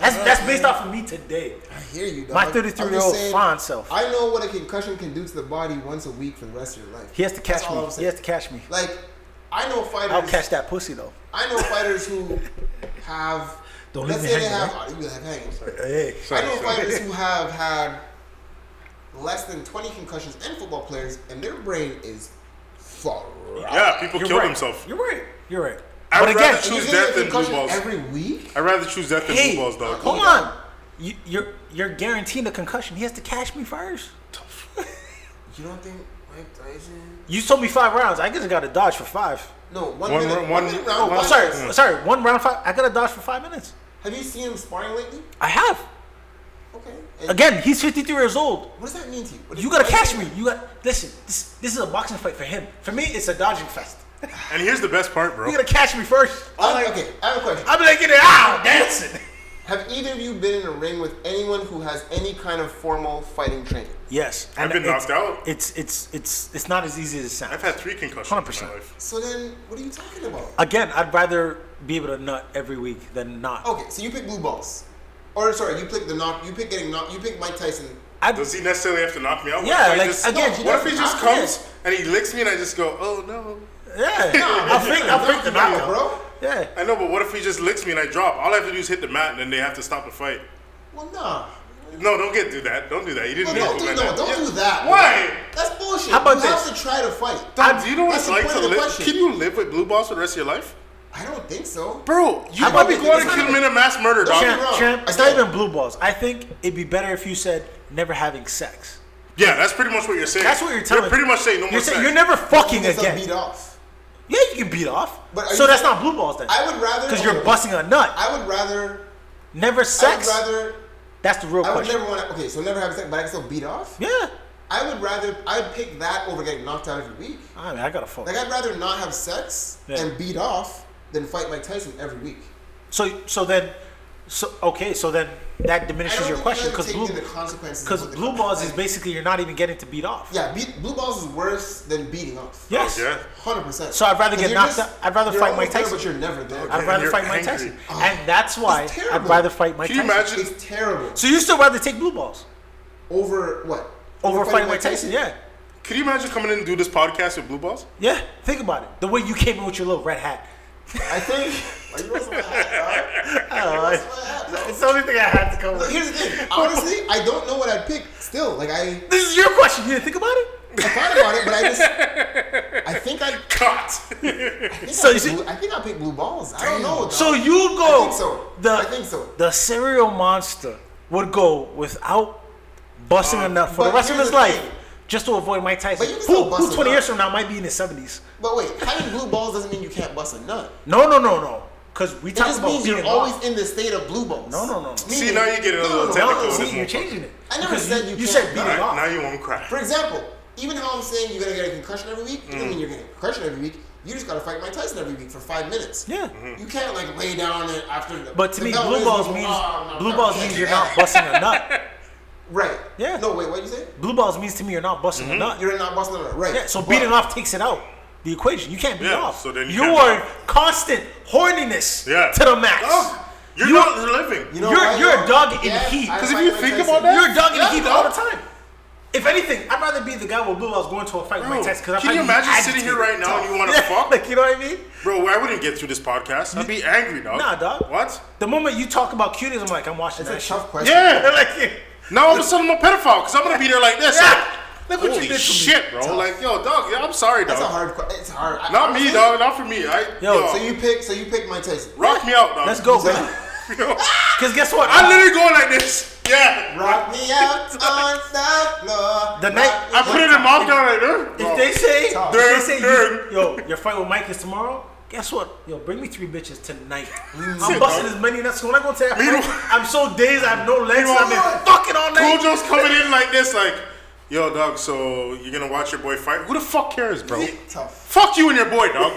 Speaker 3: that's that's based off of me today.
Speaker 1: I hear you, dog.
Speaker 3: My
Speaker 1: I'm
Speaker 3: 33 year
Speaker 1: just
Speaker 3: old
Speaker 1: saying,
Speaker 3: fine self.
Speaker 1: I know what a concussion can do to the body once a week for the rest of your life.
Speaker 3: He has to
Speaker 1: That's
Speaker 3: catch
Speaker 1: all
Speaker 3: me.
Speaker 1: I'm
Speaker 3: He
Speaker 1: saying.
Speaker 3: has to catch me.
Speaker 1: Like, I know fighters.
Speaker 3: I'll catch that pussy though.
Speaker 1: I know fighters who have.
Speaker 3: Don't
Speaker 1: let's
Speaker 3: leave
Speaker 1: say
Speaker 3: me
Speaker 1: they
Speaker 3: hanging,
Speaker 1: have. oh, you have hanging, sorry.
Speaker 3: Hey.
Speaker 1: I
Speaker 2: Sorry,
Speaker 1: know
Speaker 2: sorry.
Speaker 1: fighters who have had less than 20 concussions and football players, and their brain is fucked.
Speaker 2: Yeah, people
Speaker 3: You're
Speaker 2: kill
Speaker 3: right.
Speaker 2: themselves.
Speaker 3: You're right. You're right.
Speaker 2: I'd
Speaker 3: but again,
Speaker 2: rather
Speaker 1: And you
Speaker 2: Choose
Speaker 1: get a
Speaker 2: death and blue
Speaker 1: concussion
Speaker 2: balls.
Speaker 1: every week.
Speaker 2: I'd rather choose that than
Speaker 3: Hey.
Speaker 2: blue balls, dog.
Speaker 3: hold on. You, you're you're guaranteeing a concussion. He has to catch me first.
Speaker 1: You don't think Mike Tyson?
Speaker 3: You told me five rounds. I guess I got to dodge for five.
Speaker 1: No, one,
Speaker 2: One
Speaker 1: minute.
Speaker 2: round-
Speaker 1: one
Speaker 2: one- oh,
Speaker 1: minute round.
Speaker 2: one-
Speaker 3: I'm
Speaker 1: one-
Speaker 3: Oh, sorry. Sorry. One round five. I got to dodge for five minutes.
Speaker 1: Have you seen him sparring lately?
Speaker 3: I have.
Speaker 1: Okay. And
Speaker 3: Again, he's 53 years old.
Speaker 1: What does that mean to you? What
Speaker 3: You
Speaker 1: does
Speaker 3: gotta
Speaker 1: that
Speaker 3: catch me.
Speaker 1: mean?
Speaker 3: You got listen. This this is a boxing fight for him. For me, it's a dodging fest.
Speaker 2: And here's the best part,
Speaker 3: You
Speaker 2: bro.
Speaker 3: gotta catch me first.
Speaker 1: I'm like, okay, I have a question.
Speaker 3: I'm like, get it out, dancing.
Speaker 1: Have either of you been in a ring with anyone who has any kind of formal fighting training?
Speaker 3: Yes,
Speaker 2: I've been
Speaker 3: it's-
Speaker 2: knocked out.
Speaker 3: It's it's it's it's not as easy as it sounds.
Speaker 2: I've had three concussions in
Speaker 3: 100%.
Speaker 2: my life.
Speaker 1: So then, what are you talking about?
Speaker 3: Again, I'd rather be able to nut every week than not.
Speaker 2: Oh,
Speaker 1: Okay, so you pick blue balls, or sorry, you pick the knock. You pick getting knocked. You pick Mike Tyson.
Speaker 3: I'd,
Speaker 2: Does he necessarily have to knock me out? What
Speaker 3: Yeah,
Speaker 2: if I
Speaker 3: like,
Speaker 2: just-
Speaker 3: again,
Speaker 1: he
Speaker 2: what if he
Speaker 1: doesn't
Speaker 2: just
Speaker 1: knock me
Speaker 2: comes and he licks me and I just go, oh no.
Speaker 3: yeah, I'll fake I'll fake the
Speaker 1: Knock you
Speaker 3: knockout,
Speaker 1: out, bro.
Speaker 3: Yeah,
Speaker 2: I know, but what if he just licks me and I drop? All I have to do is hit the mat and then they have to stop the fight.
Speaker 1: Well, nah.
Speaker 2: No, don't get do that. Don't do that. You
Speaker 1: Well,
Speaker 2: didn't
Speaker 1: don't
Speaker 2: do
Speaker 1: do
Speaker 2: like
Speaker 1: no,
Speaker 2: that.
Speaker 1: don't
Speaker 2: Yeah.
Speaker 1: do that. bro.
Speaker 2: Why?
Speaker 1: That's bullshit.
Speaker 3: How about
Speaker 1: you
Speaker 3: this?
Speaker 1: have to try to fight.
Speaker 2: Dom, do you know what
Speaker 1: That's
Speaker 2: it's
Speaker 1: the
Speaker 2: like
Speaker 1: point
Speaker 2: to
Speaker 1: of the
Speaker 2: live?
Speaker 1: question.
Speaker 2: Can you live with blue balls for the rest of your life?
Speaker 1: I don't think so.
Speaker 2: Bro, you
Speaker 3: How
Speaker 2: might
Speaker 3: about
Speaker 2: be
Speaker 3: this?
Speaker 2: going to
Speaker 1: It's
Speaker 2: kill
Speaker 1: not-
Speaker 2: him in a mass murder,
Speaker 1: Don't
Speaker 2: dog.
Speaker 1: get me
Speaker 3: champ,
Speaker 1: wrong.
Speaker 3: champ.
Speaker 1: I
Speaker 3: It's not
Speaker 1: said-
Speaker 3: even blue balls. I think it'd be better if you said never having sex.
Speaker 2: Yeah, that's pretty much what you're saying.
Speaker 3: That's what you're telling.
Speaker 2: You're pretty much saying no
Speaker 3: you're
Speaker 2: more
Speaker 3: saying
Speaker 2: sex.
Speaker 3: You're never fucking
Speaker 1: It's a
Speaker 3: again.
Speaker 1: beat off.
Speaker 3: Yeah, you can beat off.
Speaker 1: But are
Speaker 3: so
Speaker 1: you-
Speaker 3: that's not blue balls then.
Speaker 1: I would rather
Speaker 3: Because you're busting a nut.
Speaker 1: I would rather.
Speaker 3: Never sex.
Speaker 1: I would rather.
Speaker 3: that's the real
Speaker 1: I would
Speaker 3: question.
Speaker 1: never want to. Okay, so never have sex, but I can still beat off.
Speaker 3: yeah.
Speaker 1: I would rather I'd pick that over getting knocked out every week.
Speaker 3: I mean, I gotta fuck.
Speaker 1: Like I'd rather not have sex
Speaker 3: Yeah.
Speaker 1: and beat off than fight Mike Tyson every week.
Speaker 3: so so then, so okay, so then that diminishes your
Speaker 1: think
Speaker 3: question
Speaker 1: you guys
Speaker 3: because
Speaker 1: take
Speaker 3: blue
Speaker 1: into the consequences. of
Speaker 3: because
Speaker 1: what the
Speaker 3: blue
Speaker 1: con-
Speaker 3: balls
Speaker 1: like,
Speaker 3: is basically you're not even getting to beat off.
Speaker 1: yeah. Beat, blue balls is worse than beating off.
Speaker 3: Yes.
Speaker 2: Yeah.
Speaker 1: hundred percent.
Speaker 3: So I'd rather get knocked out- I'd rather fight Mike Tyson.
Speaker 1: but you're never there.
Speaker 3: I'd
Speaker 2: And
Speaker 3: rather
Speaker 2: you're
Speaker 3: fight Mike
Speaker 2: angry.
Speaker 3: Tyson, and that's
Speaker 1: Uh-huh.
Speaker 3: why
Speaker 1: It's
Speaker 3: I'd
Speaker 1: terrible.
Speaker 3: rather fight Mike
Speaker 2: Can you
Speaker 3: Tyson.
Speaker 2: imagine?
Speaker 1: it's terrible.
Speaker 3: So you still rather take blue balls?
Speaker 1: Over what?
Speaker 3: over fighting
Speaker 1: fighting
Speaker 3: Mike
Speaker 1: Mike
Speaker 3: Tyson. Yeah,
Speaker 2: Could you imagine coming in and do this podcast with blue balls?
Speaker 3: yeah. Think about it. The way you came in with your little red hat.
Speaker 1: I think. Like, you want some of my hat,
Speaker 3: I don't know.
Speaker 2: Uh,
Speaker 1: dog? Some of my hat, dog.
Speaker 3: It's the only thing I had to come
Speaker 1: But
Speaker 3: with.
Speaker 1: here's the thing. Honestly, I don't know what I'd pick. Still, like I,
Speaker 3: This is your question. You didn't think about
Speaker 1: I
Speaker 3: it.
Speaker 1: thought about it, but I just, I think I,
Speaker 2: Caught.
Speaker 1: I think
Speaker 3: So
Speaker 1: I,
Speaker 3: you
Speaker 1: pick
Speaker 3: see-
Speaker 1: blue, I think I pick blue balls. I don't know. Dog.
Speaker 3: So you go.
Speaker 1: I think so.
Speaker 3: The,
Speaker 1: I think so.
Speaker 3: The serial monster would go without busting a nut for the
Speaker 1: Uh, but
Speaker 3: rest of
Speaker 1: here's
Speaker 3: his
Speaker 1: the
Speaker 3: life
Speaker 1: thing.
Speaker 3: just to avoid Mike Tyson.
Speaker 1: But you can
Speaker 3: Who,
Speaker 1: still bust
Speaker 3: who
Speaker 1: a
Speaker 3: 20
Speaker 1: nut.
Speaker 3: years from now might be in his 70s?
Speaker 1: but wait, having blue balls doesn't mean you can't bust a nut.
Speaker 3: No, no, no, no. Because we
Speaker 1: It
Speaker 3: talk
Speaker 1: just
Speaker 3: about
Speaker 1: means
Speaker 3: being
Speaker 1: you're always
Speaker 3: locked.
Speaker 1: in the state of blue balls.
Speaker 3: No, no, no, no.
Speaker 2: See, now you're getting a little
Speaker 3: No, no,
Speaker 2: technical with
Speaker 3: see,
Speaker 2: this
Speaker 3: you're
Speaker 2: motherfucker.
Speaker 3: changing it.
Speaker 1: I never
Speaker 3: Because
Speaker 1: said you
Speaker 3: You
Speaker 1: can't.
Speaker 3: said beat
Speaker 2: All
Speaker 3: it
Speaker 2: right, now
Speaker 3: off.
Speaker 2: you won't cry.
Speaker 1: For example, even how I'm saying you're gonna get a concussion every week,
Speaker 2: Mm.
Speaker 1: doesn't mean you're getting a concussion every week. You just gotta fight Mike Tyson every week for five minutes.
Speaker 3: Yeah.
Speaker 2: Mm-hmm.
Speaker 1: You can't like lay down and after. The,
Speaker 3: But
Speaker 1: Mm-hmm.
Speaker 3: to
Speaker 1: the
Speaker 3: me,
Speaker 1: bell
Speaker 3: blue
Speaker 1: rings,
Speaker 3: balls
Speaker 1: you go,
Speaker 3: means
Speaker 1: "Oh, I'm not-
Speaker 3: blue
Speaker 1: I
Speaker 3: balls
Speaker 1: can't
Speaker 3: means
Speaker 1: do
Speaker 3: you're
Speaker 1: that."
Speaker 3: not busting a nut.
Speaker 1: Right.
Speaker 3: Yeah.
Speaker 1: No, wait. What did you say?
Speaker 3: Blue balls means to me you're not busting
Speaker 1: Mm-hmm.
Speaker 3: a nut.
Speaker 1: You're not busting it. Right.
Speaker 3: Yeah, so
Speaker 1: But-
Speaker 3: beating off takes it out the equation. You can't beat
Speaker 2: Yeah,
Speaker 3: off.
Speaker 2: so then you
Speaker 3: you
Speaker 2: can't
Speaker 3: are
Speaker 2: beat
Speaker 3: constant horniness
Speaker 2: Yeah.
Speaker 3: to the max.
Speaker 2: Oh, you're
Speaker 3: You-
Speaker 2: not living.
Speaker 1: You know
Speaker 3: You're-
Speaker 1: what,
Speaker 3: you're a
Speaker 1: though?
Speaker 3: dog in heat.
Speaker 1: I
Speaker 3: 'Cause
Speaker 2: if
Speaker 1: like
Speaker 2: you
Speaker 1: Mike
Speaker 2: think
Speaker 1: Tyson.
Speaker 2: about that-
Speaker 3: You're a dog in
Speaker 2: Yeah,
Speaker 3: the heat
Speaker 2: dog.
Speaker 3: all the time. If anything, I'd rather be the guy with blue balls going to a fight with
Speaker 2: Bro,
Speaker 3: my test because I'm
Speaker 2: can you imagine sitting here right now and you want to fuck?
Speaker 3: Like you know what I mean?
Speaker 2: Bro, I wouldn't get through this podcast. I'd be angry, dog.
Speaker 3: Nah, dog.
Speaker 2: Oh, What?
Speaker 3: The moment you talk about cuties, I'm like, I'm watching
Speaker 1: That's a
Speaker 3: that
Speaker 1: tough question.
Speaker 2: Yeah.
Speaker 3: shit. like,
Speaker 2: Now all of a sudden I'm a pedophile because I'm gonna be there like this.
Speaker 3: Yeah.
Speaker 2: Like,
Speaker 3: Look what you
Speaker 2: holy
Speaker 3: did to me.
Speaker 2: shit, bro! Like, yo, dog, yeah, I'm sorry, dog.
Speaker 1: That's a hard. que- It's hard. I-
Speaker 2: Not me,
Speaker 1: honestly,
Speaker 2: dog. Not for me. I,
Speaker 3: Yo,
Speaker 2: yo,
Speaker 1: So you pick. So you pick Mike Tyson.
Speaker 2: rock me out, dog.
Speaker 3: let's go, bro.
Speaker 2: Yo,
Speaker 3: Because guess what?
Speaker 2: I'm literally going like this. Yeah.
Speaker 1: Rock me out on the floor.
Speaker 3: The
Speaker 1: Rock
Speaker 3: night-
Speaker 1: me
Speaker 2: I put it in my mouth down like this.
Speaker 3: If they say,
Speaker 1: Talk.
Speaker 3: if they say, you,
Speaker 2: Nerd.
Speaker 3: yo, your fight with Mike is tomorrow. Guess what? Yo, bring me three bitches tonight.
Speaker 2: Shit,
Speaker 3: I'm busting
Speaker 2: dog.
Speaker 3: as many nuts. When I go to that
Speaker 2: Meanwhile-
Speaker 3: fight, I'm so dazed. I have no legs. I've
Speaker 2: Meanwhile-
Speaker 3: been fucking all night.
Speaker 2: Kojo's coming in like this, like, yo, dog. So you're gonna watch your boy fight? Who the fuck cares, bro?
Speaker 1: Tough.
Speaker 2: Fuck you and your boy, dog.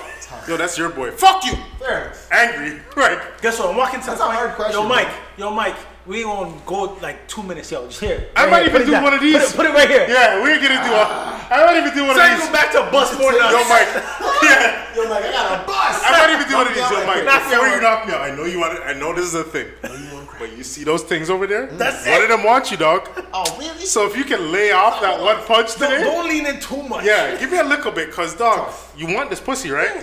Speaker 2: Yo, that's your boy. Fuck you.
Speaker 1: Fair enough.
Speaker 2: Angry, right?
Speaker 3: Guess what? I'm walking to
Speaker 1: That's
Speaker 3: the
Speaker 1: a
Speaker 3: fight.
Speaker 1: hard question,
Speaker 3: Yo,
Speaker 1: bro.
Speaker 3: Mike. Yo, Mike. We won't go like two minutes, yo. Just here.
Speaker 2: I
Speaker 3: Right
Speaker 2: might
Speaker 3: here.
Speaker 2: even
Speaker 3: Put it
Speaker 2: do
Speaker 3: down.
Speaker 2: one of these.
Speaker 3: Put it, put it right here.
Speaker 2: Yeah, we're gonna do. A, I might even do one
Speaker 3: So I
Speaker 2: of
Speaker 3: can go
Speaker 2: these.
Speaker 3: back to bust more nuts.
Speaker 2: Yo, Mike. Yeah.
Speaker 1: You're like I got a bus.
Speaker 2: I'm not even doing
Speaker 1: Knock
Speaker 2: it
Speaker 1: me out
Speaker 2: easy,
Speaker 1: like
Speaker 2: Mike.
Speaker 1: that.
Speaker 2: Before you knock me out, I know you want it. I know this is a thing. But you see those things over there?
Speaker 3: That's
Speaker 2: One of
Speaker 3: it.
Speaker 2: them wants you, dog.
Speaker 1: Oh really?
Speaker 2: So if you can lay off that one punch
Speaker 3: Don't,
Speaker 2: today,
Speaker 3: don't lean in too much.
Speaker 2: yeah, give me a little bit, cause dog, you want this pussy, right?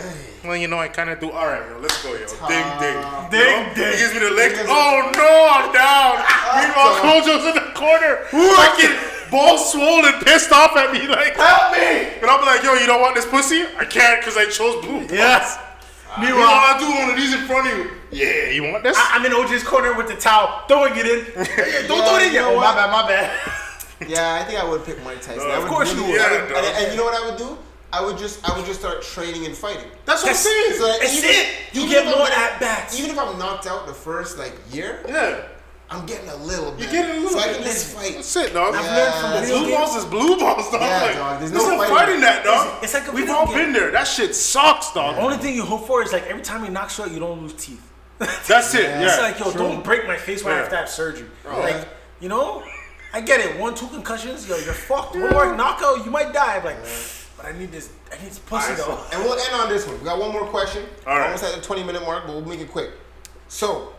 Speaker 2: Well, you know I kind of do. All right, yo, let's go, yo. Ding, ding,
Speaker 3: Ding,
Speaker 2: You know?
Speaker 3: ding. Ah,
Speaker 2: He gives me the leg.
Speaker 1: Because-
Speaker 2: Oh no, I'm down. Meanwhile, Kojo's in the corner, fucking ball swollen, pissed off at me, like.
Speaker 1: Help me.
Speaker 2: And I'll be like, yo, you don't want this pussy? I can't, cause I chose blue.
Speaker 3: Yes.
Speaker 2: You know,
Speaker 3: Meanwhile, Ah,
Speaker 2: I do one of these in front of you. Yeah, you want this?
Speaker 3: I, I'm in OJ's corner with the towel, throwing it in. Hey, Don't
Speaker 1: Yeah,
Speaker 3: throw it in
Speaker 1: you
Speaker 3: yet.
Speaker 1: know
Speaker 3: Oh, my
Speaker 1: what?
Speaker 3: bad, my bad.
Speaker 1: Yeah, I think I would pick Mike Tyson. I
Speaker 2: of
Speaker 1: would
Speaker 3: course
Speaker 1: really-
Speaker 3: you would.
Speaker 1: I
Speaker 2: Yeah,
Speaker 1: and,
Speaker 2: dog.
Speaker 1: and you know what I would do? I would just I would just start training and fighting.
Speaker 2: That's what I'm saying.
Speaker 1: So that
Speaker 3: That's
Speaker 1: even-
Speaker 3: it. You
Speaker 1: even
Speaker 3: get
Speaker 1: if I'm
Speaker 3: more
Speaker 1: not-
Speaker 3: at-bats.
Speaker 1: Even if I'm knocked out the first like year,
Speaker 2: yeah,
Speaker 1: I'm getting a little bit.
Speaker 2: you get it a
Speaker 1: So
Speaker 2: little
Speaker 1: I
Speaker 2: bit.
Speaker 1: can just fight.
Speaker 2: That's it, dog.
Speaker 3: I've learned from
Speaker 1: Yeah,
Speaker 3: video
Speaker 2: Blue
Speaker 3: games.
Speaker 2: balls is blue balls, dog.
Speaker 1: Yeah,
Speaker 2: like,
Speaker 1: dog, there's
Speaker 2: there's
Speaker 1: no
Speaker 2: no
Speaker 1: fighting.
Speaker 2: fighting that, dog.
Speaker 3: It's- it's like a
Speaker 2: We've
Speaker 3: video
Speaker 2: all
Speaker 3: game.
Speaker 2: been there. That shit sucks, dog.
Speaker 3: Only thing you hope for is like every time he knocks you out, you don't lose teeth.
Speaker 2: That's it.
Speaker 1: Yeah.
Speaker 2: Yeah.
Speaker 3: It's like, yo, don't break my face when I
Speaker 2: Yeah.
Speaker 3: have to have surgery.
Speaker 1: Oh,
Speaker 2: Bro.
Speaker 3: Like, you know, I get it. One, two concussions, yo, you're fucked. One more knockout, you might die. I'm like, but I need this. I need this pussy
Speaker 2: Alright, so-
Speaker 3: though.
Speaker 1: And we'll end on this one. We got one more question.
Speaker 2: All right.
Speaker 1: Almost at the 20 minute mark, but we'll make it quick. So,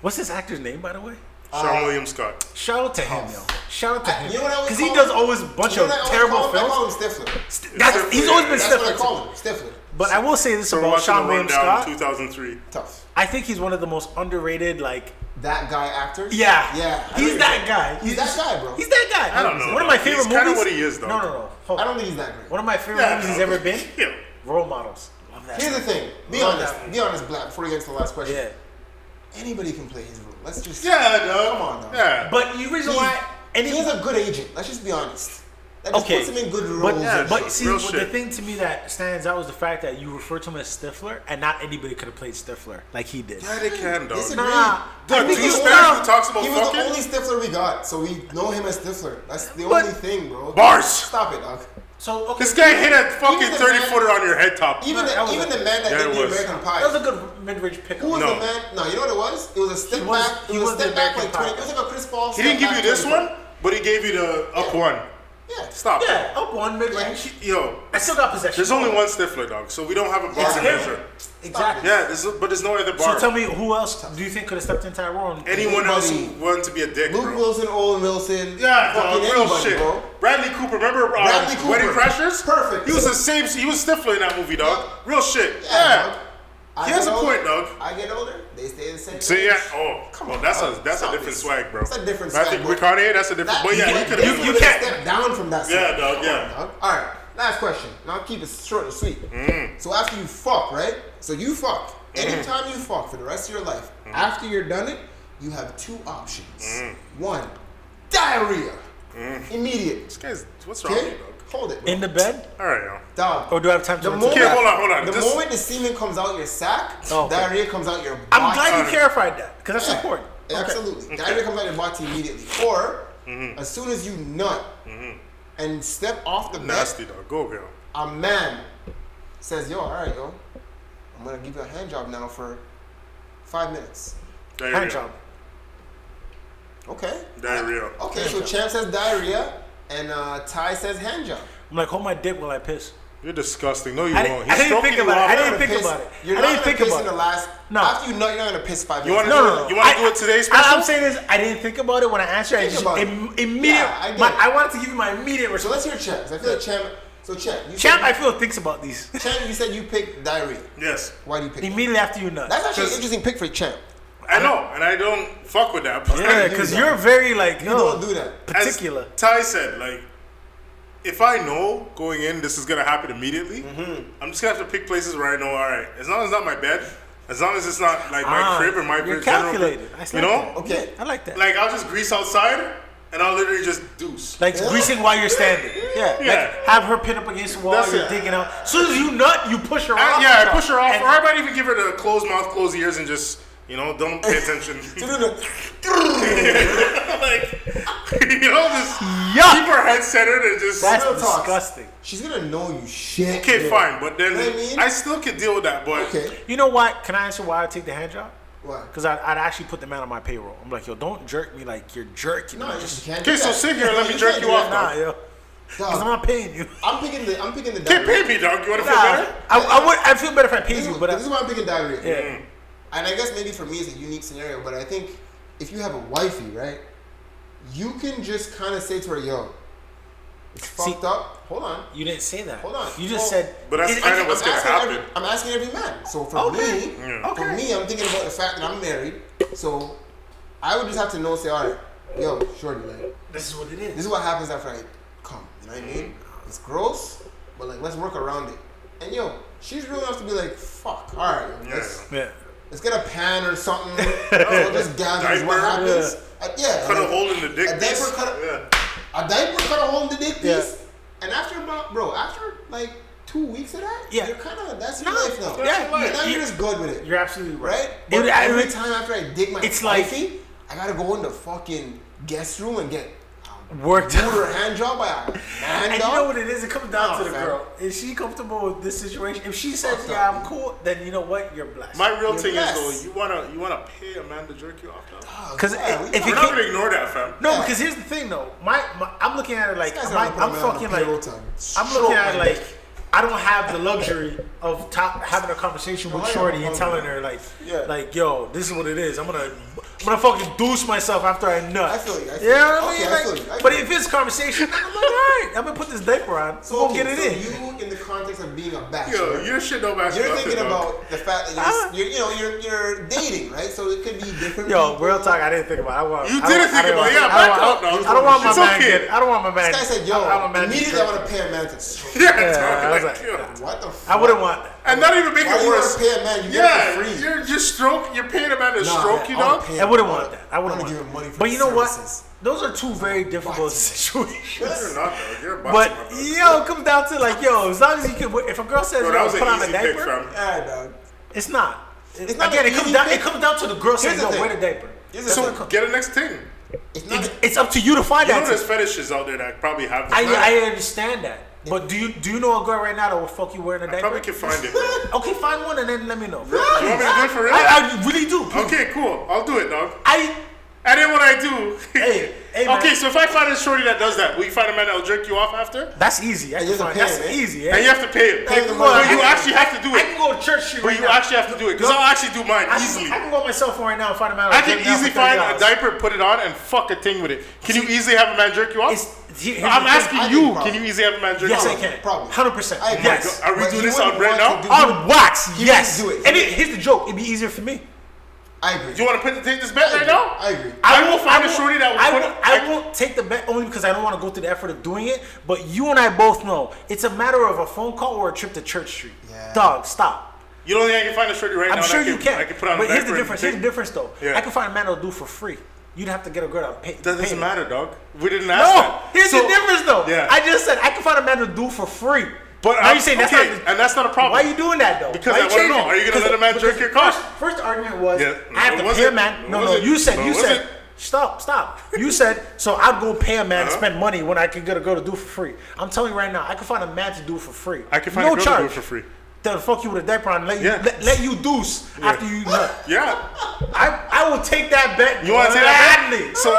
Speaker 3: What's this actor's name, by the way?
Speaker 2: Sean William Scott.
Speaker 3: Shout out to him, yo. Shout out to him.
Speaker 1: you know what I always
Speaker 3: Because he
Speaker 1: call
Speaker 3: does
Speaker 1: him?
Speaker 3: always a bunch
Speaker 1: you know
Speaker 3: of
Speaker 1: what I always
Speaker 3: terrible
Speaker 1: call him? I
Speaker 3: films.
Speaker 1: call him Stifler.
Speaker 3: That's, he's always been
Speaker 1: That's what I
Speaker 3: Stifler.
Speaker 1: call him. Stifler.
Speaker 3: But I will say this
Speaker 2: So we're
Speaker 3: about
Speaker 2: watching
Speaker 3: Sean
Speaker 2: the
Speaker 3: William
Speaker 2: rundown,
Speaker 3: Scott.
Speaker 2: 2003.
Speaker 1: Tough.
Speaker 3: I think he's one of the most underrated, like,
Speaker 1: That guy actor?
Speaker 3: yeah.
Speaker 1: Yeah. I
Speaker 3: He's
Speaker 1: agree.
Speaker 3: that guy.
Speaker 1: He's that guy, bro.
Speaker 3: He's that guy.
Speaker 2: I don't know,
Speaker 3: One of my
Speaker 2: though.
Speaker 3: favorite
Speaker 2: He's
Speaker 3: movies.
Speaker 2: kinda what he is, though.
Speaker 3: No, no, no. Hold
Speaker 1: I
Speaker 3: on.
Speaker 1: don't think he's that great.
Speaker 3: One of my favorite movies he's ever been.
Speaker 2: Yeah.
Speaker 3: Role models. Love that.
Speaker 1: Here's the thing. Be
Speaker 3: Love
Speaker 1: honest.
Speaker 3: that.
Speaker 1: Be honest, Black, before we get to the last question.
Speaker 3: yeah.
Speaker 1: Anybody can play his role. Let's just.
Speaker 2: Yeah, dog.
Speaker 1: Come on, dog.
Speaker 2: Yeah.
Speaker 3: But the reason
Speaker 1: He's,
Speaker 3: why and he-
Speaker 1: he's a good agent. Let's just be honest. That just
Speaker 3: okay.
Speaker 1: puts him in good roles.
Speaker 3: but,
Speaker 1: and
Speaker 3: but
Speaker 1: shit.
Speaker 3: see,
Speaker 2: Real
Speaker 3: what the
Speaker 2: shit.
Speaker 3: thing to me that stands out was the fact that you refer to him as Stifler, and not anybody could have played Stifler like he did.
Speaker 2: yeah, they can, dog.
Speaker 1: Disagree.
Speaker 3: Nah.
Speaker 1: Dude,
Speaker 3: I think
Speaker 1: he was
Speaker 3: he's
Speaker 1: the
Speaker 3: down.
Speaker 1: only-
Speaker 2: Who talks about
Speaker 1: He was
Speaker 2: fucking?
Speaker 1: the only Stifler we got, so we know him as Stifler. That's the
Speaker 3: But-
Speaker 1: only thing, bro.
Speaker 2: Bars.
Speaker 1: Stop it, dog.
Speaker 3: So okay,
Speaker 2: This guy hit a
Speaker 1: Even
Speaker 2: fucking
Speaker 1: the
Speaker 2: 30
Speaker 1: man-
Speaker 2: footer on your head top.
Speaker 1: Even
Speaker 3: That was
Speaker 1: the even
Speaker 3: a-
Speaker 1: the man that
Speaker 2: Yeah,
Speaker 1: did
Speaker 2: it
Speaker 1: the
Speaker 2: was.
Speaker 1: American
Speaker 3: that was
Speaker 1: Pie.
Speaker 3: a good mid-range pickup.
Speaker 1: Who was
Speaker 2: No.
Speaker 1: the man? No, you know what it was? It was a step
Speaker 3: He was-
Speaker 1: back.
Speaker 3: he
Speaker 1: It was
Speaker 3: was
Speaker 1: a
Speaker 3: the
Speaker 1: step back
Speaker 3: American
Speaker 1: like twenty.
Speaker 3: Pie.
Speaker 1: It was like a Chris Paul.
Speaker 2: He didn't give you this one, but he gave you the up one.
Speaker 1: Yeah.
Speaker 2: Stop.
Speaker 3: Yeah, up one mid range.
Speaker 2: Yo,
Speaker 3: I still got possession.
Speaker 2: there's only one Stifler, dog. So we don't have a bar
Speaker 3: It's
Speaker 2: to
Speaker 3: him.
Speaker 2: measure.
Speaker 3: Exactly.
Speaker 2: Yeah, there's, but there's no other bar.
Speaker 3: So tell me, who else do you think could have stepped in Tyrone?
Speaker 2: Anyone else who
Speaker 1: Anybody.
Speaker 2: wanted to be a dick,
Speaker 1: Luke
Speaker 2: bro.
Speaker 1: Wilson, Owen Wilson.
Speaker 2: Yeah,
Speaker 1: fucking
Speaker 2: dog, real
Speaker 1: anybody,
Speaker 2: shit.
Speaker 1: bro.
Speaker 2: Bradley Cooper, remember uh,
Speaker 1: Bradley Cooper.
Speaker 2: Wedding Crashers?
Speaker 1: Perfect.
Speaker 2: He was the same. He was Stifler in that movie, dog. Real shit.
Speaker 1: dog.
Speaker 2: Yeah.
Speaker 1: I
Speaker 2: He has
Speaker 1: get
Speaker 2: a
Speaker 1: older,
Speaker 2: point, dog.
Speaker 1: I get older. They stay the same.
Speaker 2: So
Speaker 1: age.
Speaker 2: yeah. Oh, come on. That's a that's a
Speaker 1: Stop
Speaker 2: different
Speaker 1: it.
Speaker 2: swag, bro.
Speaker 1: It's a different
Speaker 2: I
Speaker 1: swag,
Speaker 2: think
Speaker 1: bro.
Speaker 2: with Kanye, that's a different.
Speaker 1: That-
Speaker 2: but yeah, he could
Speaker 1: they
Speaker 2: have.
Speaker 1: would've
Speaker 2: You,
Speaker 1: stepped down from that.
Speaker 2: Yeah,
Speaker 1: side.
Speaker 2: dog. Yeah.
Speaker 1: Dog. All right, last question. Now I'll keep it short and sweet.
Speaker 2: Mm.
Speaker 1: So after you fuck, right? So you fuck. Anytime you fuck for the rest of your life,
Speaker 2: Mm.
Speaker 1: after you're done it, you have two options. One, diarrhea, immediate.
Speaker 2: This guy's. What's wrong with
Speaker 1: Okay,
Speaker 2: you, Mm. dog?
Speaker 1: hold it, bro.
Speaker 3: In the bed,
Speaker 2: All right, yo.
Speaker 1: dog.
Speaker 3: or do I have time to?
Speaker 1: The
Speaker 3: answer?
Speaker 1: moment,
Speaker 2: Okay, hold on, hold on.
Speaker 1: The
Speaker 2: This-
Speaker 1: moment the semen comes out your sack,
Speaker 3: Oh, okay.
Speaker 1: diarrhea comes out your body.
Speaker 3: I'm glad
Speaker 2: Alright.
Speaker 3: you clarified that because that's
Speaker 1: Yeah,
Speaker 3: important. Okay. Mm-hmm.
Speaker 1: Absolutely. Diarrhea comes out of your body immediately. Or as soon as you nut and step off the bed,
Speaker 2: Nasty, dog. Go, girl.
Speaker 1: a man says, "Yo, all right, yo, I'm gonna give you a hand job now for five minutes."
Speaker 2: Diarrhea.
Speaker 3: Hand job.
Speaker 1: Okay.
Speaker 2: Diarrhea.
Speaker 1: Okay. So Champ says diarrhea, and uh, Ty says hand job.
Speaker 3: I'm like, hold my dick while I piss.
Speaker 2: You're disgusting. No, you
Speaker 3: I
Speaker 2: won't.
Speaker 3: didn't-
Speaker 2: He's
Speaker 3: I didn't
Speaker 2: stroking
Speaker 3: think
Speaker 2: you
Speaker 3: about it.
Speaker 2: off.
Speaker 3: I didn't
Speaker 1: You're
Speaker 3: think
Speaker 1: piss-
Speaker 3: about it.
Speaker 1: You're
Speaker 3: I
Speaker 1: not gonna
Speaker 3: didn't think
Speaker 1: piss
Speaker 3: about
Speaker 1: in the
Speaker 3: it.
Speaker 1: last.
Speaker 3: No.
Speaker 1: After you nut, you're not gonna piss five
Speaker 2: You
Speaker 1: minutes.
Speaker 2: wanna
Speaker 3: No,
Speaker 2: do
Speaker 3: no,
Speaker 2: it?
Speaker 3: no.
Speaker 2: You wanna
Speaker 3: I-
Speaker 2: do it today's
Speaker 3: I-
Speaker 2: special?
Speaker 3: I'm saying is I didn't think about it when I answered. I
Speaker 1: Think
Speaker 3: just
Speaker 1: about it.
Speaker 3: Im- immediate.
Speaker 1: Yeah, I get
Speaker 3: my,
Speaker 1: it.
Speaker 3: I wanted to give you my immediate
Speaker 1: So
Speaker 3: response.
Speaker 1: let's hear Champ. I feel like Champ. So Champ, you
Speaker 3: Champ, I
Speaker 1: said,
Speaker 3: feel thinks about these
Speaker 1: Champ, you said you picked diarrhea.
Speaker 2: Yes.
Speaker 1: Why do you pick? That?
Speaker 3: immediately after you nut.
Speaker 1: That's actually an
Speaker 2: Because-
Speaker 1: interesting pick for Champ.
Speaker 2: I know, and I don't fuck with that. But
Speaker 3: yeah,
Speaker 1: do
Speaker 3: because
Speaker 1: that.
Speaker 3: you're very like
Speaker 1: You
Speaker 3: oh,
Speaker 1: don't do that.
Speaker 2: As
Speaker 3: particular.
Speaker 2: Ty said, like, if I know going in this is gonna happen immediately,
Speaker 3: Mm-hmm.
Speaker 2: I'm just gonna have to pick places where I know. All right, as long as it's not my bed, as long as it's not like my
Speaker 3: Ah,
Speaker 2: crib or my
Speaker 3: you're
Speaker 2: general crib,
Speaker 3: calculated.
Speaker 2: you
Speaker 3: I like
Speaker 2: know,
Speaker 3: that.
Speaker 1: Okay.
Speaker 3: I like that. Like,
Speaker 2: like I'll just grease outside and I'll literally just deuce.
Speaker 1: Yeah.
Speaker 3: greasing while you're standing. Yeah.
Speaker 2: Yeah.
Speaker 3: Like have her pin up against the wall.
Speaker 2: That's
Speaker 3: you're
Speaker 2: it.
Speaker 3: digging out. As soon as you nut, you push her
Speaker 2: I-
Speaker 3: off.
Speaker 2: yeah, I push her off,
Speaker 3: oh, And-
Speaker 2: or I might even give her the closed mouth, closed ears, and just you know, don't pay attention. like, you know, just keep
Speaker 3: Yuck.
Speaker 2: her head centered and just
Speaker 3: That's
Speaker 1: Real talk.
Speaker 3: disgusting.
Speaker 1: She's gonna know you shit.
Speaker 2: okay,
Speaker 1: yo.
Speaker 2: fine. But then
Speaker 1: You know what I mean?
Speaker 2: I still can deal with that. But
Speaker 1: Okay.
Speaker 3: You know what? Can I answer why I take the hand job?
Speaker 1: Why?
Speaker 3: Because I'd, I'd actually put the man on my payroll. I'm like, yo, don't jerk me like you're jerking.
Speaker 1: No,
Speaker 3: me.
Speaker 1: you
Speaker 3: Just-
Speaker 1: can't.
Speaker 2: Okay,
Speaker 1: do
Speaker 2: so
Speaker 1: that.
Speaker 2: sit here and let me
Speaker 1: You
Speaker 2: jerk
Speaker 1: can't
Speaker 2: you
Speaker 1: do
Speaker 2: off.
Speaker 1: that.
Speaker 3: nah, yo. Because I'm
Speaker 1: Dog,
Speaker 3: not paying you.
Speaker 1: I'm picking the. I'm picking the
Speaker 2: Can't
Speaker 1: diarrhea.
Speaker 2: pay me, dog. You want to feel
Speaker 3: Nah,
Speaker 2: better?
Speaker 3: I, I would. I feel better if I paid
Speaker 1: This
Speaker 3: you,
Speaker 1: is,
Speaker 3: but
Speaker 1: this is
Speaker 3: I,
Speaker 1: why I'm picking diarrhea.
Speaker 3: yeah.
Speaker 2: Mm.
Speaker 1: And I guess maybe for me it's a unique scenario, but I think if you have a wifey, right, you can just kind of say to her, "Yo, it's
Speaker 3: See-
Speaker 1: fucked up. Hold on."
Speaker 3: You didn't say that.
Speaker 1: Hold on. Oh,
Speaker 3: You just
Speaker 1: Well-
Speaker 3: said.
Speaker 2: But that's
Speaker 3: It-
Speaker 2: kind
Speaker 3: it-
Speaker 2: of what's
Speaker 1: I'm
Speaker 2: gonna
Speaker 1: asking
Speaker 2: happen.
Speaker 1: every- I'm asking every man. So for
Speaker 3: Okay.
Speaker 1: me,
Speaker 2: Yeah.
Speaker 1: for
Speaker 3: Okay.
Speaker 1: me, I'm thinking about the fact that I'm married. So I would just have to know, say, "All right, yo, shorty, like."
Speaker 3: This is what it
Speaker 1: this
Speaker 3: is.
Speaker 1: is what happens after I come. You know what I mean? It's gross, but like let's work around it. And yo, she's real enough to be like, fuck, all right,
Speaker 2: Yeah.
Speaker 1: let's,
Speaker 3: Yeah.
Speaker 1: let's get a pan or something. we'll just gather is what
Speaker 2: Diaper,
Speaker 1: happens. Uh, yeah,
Speaker 2: Cut a
Speaker 1: like,
Speaker 2: hole in the dick.
Speaker 1: a diaper
Speaker 2: piece.
Speaker 1: cut a-
Speaker 2: Yeah.
Speaker 1: A diaper cut a hole in the dick piece.
Speaker 3: Yeah.
Speaker 1: And after about, bro, after like two weeks of that,
Speaker 3: Yeah.
Speaker 1: you're kind of that's your
Speaker 3: No,
Speaker 1: life now.
Speaker 2: that's your
Speaker 1: Now
Speaker 2: life.
Speaker 1: you're just good with it,
Speaker 3: You're absolutely
Speaker 1: right?
Speaker 3: right.
Speaker 1: But
Speaker 3: It- I-
Speaker 1: every
Speaker 3: it-
Speaker 1: time after I dig my
Speaker 3: it's like-
Speaker 1: wifey, I gotta go in the fucking guest room and get
Speaker 3: Worked
Speaker 1: do her hand job by a man
Speaker 3: And you
Speaker 1: dog.
Speaker 3: know what it is? It comes down
Speaker 1: No,
Speaker 3: to the
Speaker 1: fam.
Speaker 3: girl. Is she comfortable with this situation? If she says,
Speaker 1: Fuck
Speaker 3: "Yeah,
Speaker 1: no.
Speaker 3: I'm cool," then you know what? You're blessed.
Speaker 2: My real thing
Speaker 1: Yes.
Speaker 2: is though, you wanna you wanna pay a man to jerk you off,
Speaker 1: Ah.
Speaker 2: dog.
Speaker 3: 'Cause
Speaker 1: Oh, Yeah,
Speaker 3: if-
Speaker 1: we know.
Speaker 3: if
Speaker 2: We're
Speaker 3: it-
Speaker 2: not gonna ignore that, fam.
Speaker 3: no,
Speaker 1: yeah.
Speaker 3: because here's the thing, though. My, my I'm looking at it like
Speaker 1: Guys are
Speaker 3: my,
Speaker 1: gonna put
Speaker 3: I'm
Speaker 1: me on
Speaker 3: fucking
Speaker 1: the
Speaker 3: like
Speaker 1: payroll time.
Speaker 3: I'm
Speaker 1: Stroke
Speaker 3: looking
Speaker 1: my
Speaker 3: at it like
Speaker 1: dick.
Speaker 3: I don't have the luxury of top, having a conversation with
Speaker 1: Why am
Speaker 3: Shorty
Speaker 1: I
Speaker 3: and
Speaker 1: hungry?
Speaker 3: telling her like,
Speaker 1: Yeah.
Speaker 3: like, yo, this is what it is. I'm gonna, I'm gonna fucking douche myself after I nut.
Speaker 1: I feel you, I feel
Speaker 3: know
Speaker 1: you.
Speaker 3: what I
Speaker 1: Okay,
Speaker 3: mean?
Speaker 1: I
Speaker 3: Like,
Speaker 1: feel you, I
Speaker 3: but
Speaker 1: feel
Speaker 3: if it's conversation, I'm like, all right, I'm gonna put this diaper on. So
Speaker 1: So,
Speaker 3: we'll
Speaker 1: okay,
Speaker 3: get it
Speaker 1: so
Speaker 3: in.
Speaker 1: you in the context of being a
Speaker 2: Yo,
Speaker 1: bachelor,
Speaker 2: your shit don't match
Speaker 1: you're
Speaker 2: nothing,
Speaker 1: thinking
Speaker 2: dog.
Speaker 1: about the fact
Speaker 3: Ah.
Speaker 1: that you're, you're you know you're you're dating, right? So it could be different.
Speaker 3: Yo,
Speaker 1: people.
Speaker 3: real talk. I didn't think about. It. I want.
Speaker 2: You
Speaker 3: I
Speaker 2: didn't
Speaker 3: don't- I
Speaker 2: think
Speaker 3: don't
Speaker 2: about it.
Speaker 3: want-
Speaker 2: Yeah,
Speaker 3: I don't
Speaker 2: back
Speaker 3: want-
Speaker 2: up, dog.
Speaker 3: I don't want my
Speaker 2: It's
Speaker 3: man.
Speaker 2: okay.
Speaker 3: Get, I don't want my man.
Speaker 1: This guy said,
Speaker 3: I don't
Speaker 1: "Yo,
Speaker 3: want my man to
Speaker 1: immediately I
Speaker 3: jerk.
Speaker 1: want to pay a man to stroke."
Speaker 2: Yeah,
Speaker 3: Yeah, I
Speaker 2: dog,
Speaker 3: was
Speaker 2: like,
Speaker 3: like,
Speaker 2: yo.
Speaker 1: What the? Fuck?
Speaker 3: I wouldn't want that.
Speaker 2: And not even make
Speaker 1: Why
Speaker 2: it
Speaker 1: you
Speaker 2: worse.
Speaker 1: want to pay a man? You
Speaker 2: Yeah,
Speaker 1: get it for free.
Speaker 2: you're just stroke. You're paying a man to
Speaker 1: Nah,
Speaker 2: stroke you,
Speaker 1: I wanna
Speaker 2: dog.
Speaker 1: pay-
Speaker 3: I wouldn't
Speaker 1: I
Speaker 3: want
Speaker 1: wanna-
Speaker 3: that. I wouldn't
Speaker 1: I wanna
Speaker 3: want.
Speaker 1: give him
Speaker 3: that.
Speaker 1: money for
Speaker 3: but you know
Speaker 1: services.
Speaker 3: what? Those are two very difficult
Speaker 1: What?
Speaker 3: situations.
Speaker 2: You're not, dog. You're a boxer,
Speaker 3: But
Speaker 2: my brother.
Speaker 3: yo, it comes down to like yo, as long as you can. If a girl says
Speaker 2: Bro,
Speaker 3: yo,
Speaker 2: that was
Speaker 3: put
Speaker 2: an
Speaker 3: on a
Speaker 2: easy pick,
Speaker 3: diaper,
Speaker 2: fam.
Speaker 1: Yeah, dog.
Speaker 3: it's not. It's
Speaker 1: not
Speaker 3: not
Speaker 1: an
Speaker 3: Again, it comes
Speaker 1: easy
Speaker 3: down.
Speaker 1: pick.
Speaker 3: It comes down to the girl saying
Speaker 1: the
Speaker 3: yo,
Speaker 1: thing.
Speaker 3: wear the diaper.
Speaker 1: Here's the
Speaker 3: So
Speaker 1: thing.
Speaker 2: Get a next thing.
Speaker 1: It's not.
Speaker 3: it, it's up to you to find
Speaker 2: You know
Speaker 3: that.
Speaker 2: there's fetishes out there that probably have this.
Speaker 3: I,
Speaker 2: man.
Speaker 3: I understand that. But do you do you know a girl right now that will fuck you wearing a diaper?
Speaker 2: probably can find it. Bro. You
Speaker 3: Okay, find one and then let me know.
Speaker 2: want me to do it for real?
Speaker 3: Oh. I, I really do.
Speaker 2: Okay, cool. I'll do it, dog.
Speaker 3: I
Speaker 2: And then what I do?
Speaker 3: Hey, hey, man.
Speaker 2: okay, so if I find a shorty that does that, will you find a man that will jerk you off after?
Speaker 3: That's easy.
Speaker 1: Hey,
Speaker 3: I can
Speaker 1: there's a
Speaker 3: find-
Speaker 1: pen,
Speaker 3: that's
Speaker 1: man.
Speaker 3: easy.
Speaker 2: And
Speaker 3: eh?
Speaker 2: you have to pay it.
Speaker 1: Hey,
Speaker 2: But
Speaker 1: the money.
Speaker 2: you actually have to do
Speaker 3: I
Speaker 2: it.
Speaker 3: can go to church street
Speaker 2: But
Speaker 3: right
Speaker 2: you
Speaker 3: now.
Speaker 2: actually have to do it because
Speaker 3: No.
Speaker 2: I'll actually do mine
Speaker 3: I can-
Speaker 2: easily.
Speaker 3: I can go on my cell phone right now and find a
Speaker 2: I
Speaker 3: man. that'll
Speaker 2: can
Speaker 3: jerk me off
Speaker 2: easily
Speaker 3: for $30.
Speaker 2: find a diaper, put it on, and fuck a thing with it. Can you easily have a man jerk you off?
Speaker 3: It's- he- here's
Speaker 2: I'm
Speaker 3: the thing.
Speaker 2: asking
Speaker 1: I
Speaker 2: you,
Speaker 1: think probably.
Speaker 2: can you easily have a man jerk
Speaker 3: Yes,
Speaker 2: you
Speaker 3: I
Speaker 2: off?
Speaker 3: can.
Speaker 1: Probably.
Speaker 3: Hundred percent.
Speaker 1: I agree.
Speaker 3: Yes.
Speaker 2: Are we
Speaker 1: But
Speaker 2: doing
Speaker 1: he
Speaker 2: this on
Speaker 1: wouldn't
Speaker 2: right
Speaker 1: want
Speaker 2: now?
Speaker 1: to do-
Speaker 3: On wax.
Speaker 1: He
Speaker 3: yes.
Speaker 1: wouldn't do it.
Speaker 3: And it, here's the joke. It'd be easier for me.
Speaker 1: I agree.
Speaker 2: Do you want to put, take this bet
Speaker 1: I
Speaker 2: right
Speaker 1: agree.
Speaker 2: now?
Speaker 1: I agree.
Speaker 2: I, will
Speaker 3: won't-
Speaker 2: find a
Speaker 3: won't-
Speaker 2: shorty that will
Speaker 3: I
Speaker 2: put.
Speaker 3: won't, I won't take the bet only because I don't want to go through the effort of doing it. But you and I both know it's a matter of a phone call or a trip to Church Street.
Speaker 1: Yeah.
Speaker 3: Dog, stop.
Speaker 2: You don't think I can find a shorty right
Speaker 3: I'm
Speaker 2: now? that
Speaker 3: sure
Speaker 2: I
Speaker 3: you can.
Speaker 2: I can put on.
Speaker 3: but
Speaker 2: a
Speaker 3: here's the
Speaker 2: diaper and
Speaker 3: difference. Here's the
Speaker 2: take-
Speaker 3: difference, though.
Speaker 2: Yeah.
Speaker 3: I can find a man that'll do for free. You'd have to get a girl that'll pay.
Speaker 2: That
Speaker 3: pay
Speaker 2: doesn't
Speaker 3: it.
Speaker 2: matter, dog. We didn't
Speaker 3: No,
Speaker 2: ask that.
Speaker 3: here's
Speaker 2: So-
Speaker 3: the difference though.
Speaker 2: Yeah.
Speaker 3: I just said I can find a man to do for free.
Speaker 2: But
Speaker 3: why
Speaker 2: I'm-
Speaker 3: you saying that's
Speaker 2: okay,
Speaker 3: not?
Speaker 2: and that's not a problem.
Speaker 3: Why are you doing that though?
Speaker 2: Because
Speaker 3: Why
Speaker 2: I wanna know,
Speaker 3: changing?
Speaker 2: are you gonna
Speaker 3: Because-
Speaker 2: let a man
Speaker 3: because
Speaker 2: jerk your car?
Speaker 3: First, first argument was
Speaker 2: Yeah,
Speaker 3: I
Speaker 2: no,
Speaker 3: have to
Speaker 2: it
Speaker 3: pay a
Speaker 2: wasn't.
Speaker 3: man.
Speaker 2: No,
Speaker 3: No,
Speaker 2: it
Speaker 3: no,
Speaker 2: wasn't.
Speaker 3: you said
Speaker 2: No,
Speaker 3: you
Speaker 2: it
Speaker 3: said
Speaker 2: wasn't.
Speaker 3: stop, stop. You said so I'd go pay a man
Speaker 2: Uh-huh.
Speaker 3: to spend money when I could get a girl to do for free. I'm telling you right now, I can find a man to do for free.
Speaker 2: I can find
Speaker 3: no
Speaker 2: a girl to
Speaker 3: charge.
Speaker 2: do it for free.
Speaker 3: Then fuck you with a diaper on, and let you
Speaker 2: Yeah.
Speaker 3: let, let you deuce after you. nut.
Speaker 2: Yeah.
Speaker 3: I I will take that bet.
Speaker 2: You want to say that?
Speaker 3: gladly.
Speaker 2: bet? So,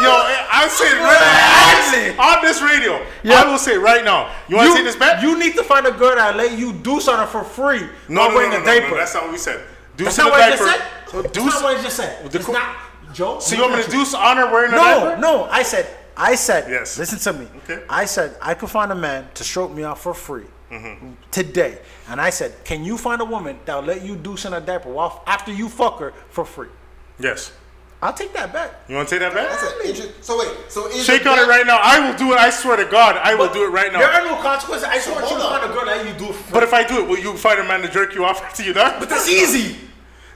Speaker 2: yo, I'm saying right
Speaker 3: Gladly.
Speaker 2: now, on this radio,
Speaker 3: Yeah.
Speaker 2: I will say right now. You want to
Speaker 3: You,
Speaker 2: take this bet?
Speaker 3: you need to find a girl that let you deuce on her for free
Speaker 2: no, no,
Speaker 3: while
Speaker 2: no,
Speaker 3: wearing
Speaker 2: no,
Speaker 3: a
Speaker 2: no,
Speaker 3: diaper.
Speaker 2: no, That's not what we said. Deuce
Speaker 3: That's
Speaker 2: in
Speaker 3: not
Speaker 2: the
Speaker 3: what I just
Speaker 2: diaper.
Speaker 3: said.
Speaker 2: So
Speaker 3: That's
Speaker 2: deuce-
Speaker 3: not what I just said.
Speaker 2: The
Speaker 3: It's
Speaker 2: co-
Speaker 3: not Joe.
Speaker 2: So you want me to deuce honor wearing a
Speaker 3: No,
Speaker 2: diaper?
Speaker 3: no. I said. I said.
Speaker 2: Yes.
Speaker 3: Listen to me.
Speaker 2: Okay.
Speaker 3: I said I could find a man to stroke me out for free
Speaker 2: Mm-hmm.
Speaker 3: today, and I said, can you find a woman that'll let you deuce in a diaper while after you fuck her for free?
Speaker 2: Yes.
Speaker 3: I'll take that bet.
Speaker 2: You want to take that
Speaker 1: That's
Speaker 2: bet?
Speaker 1: an interest- So wait. So is
Speaker 2: Shake on it right now. I will do it. I swear to God, I will do it right
Speaker 3: There
Speaker 2: now.
Speaker 3: are no consequences. I just want you to
Speaker 1: hold on.
Speaker 3: find a girl that you do it for free.
Speaker 2: But if I do it, will you find a man to jerk you off after you die? But
Speaker 3: that's easy.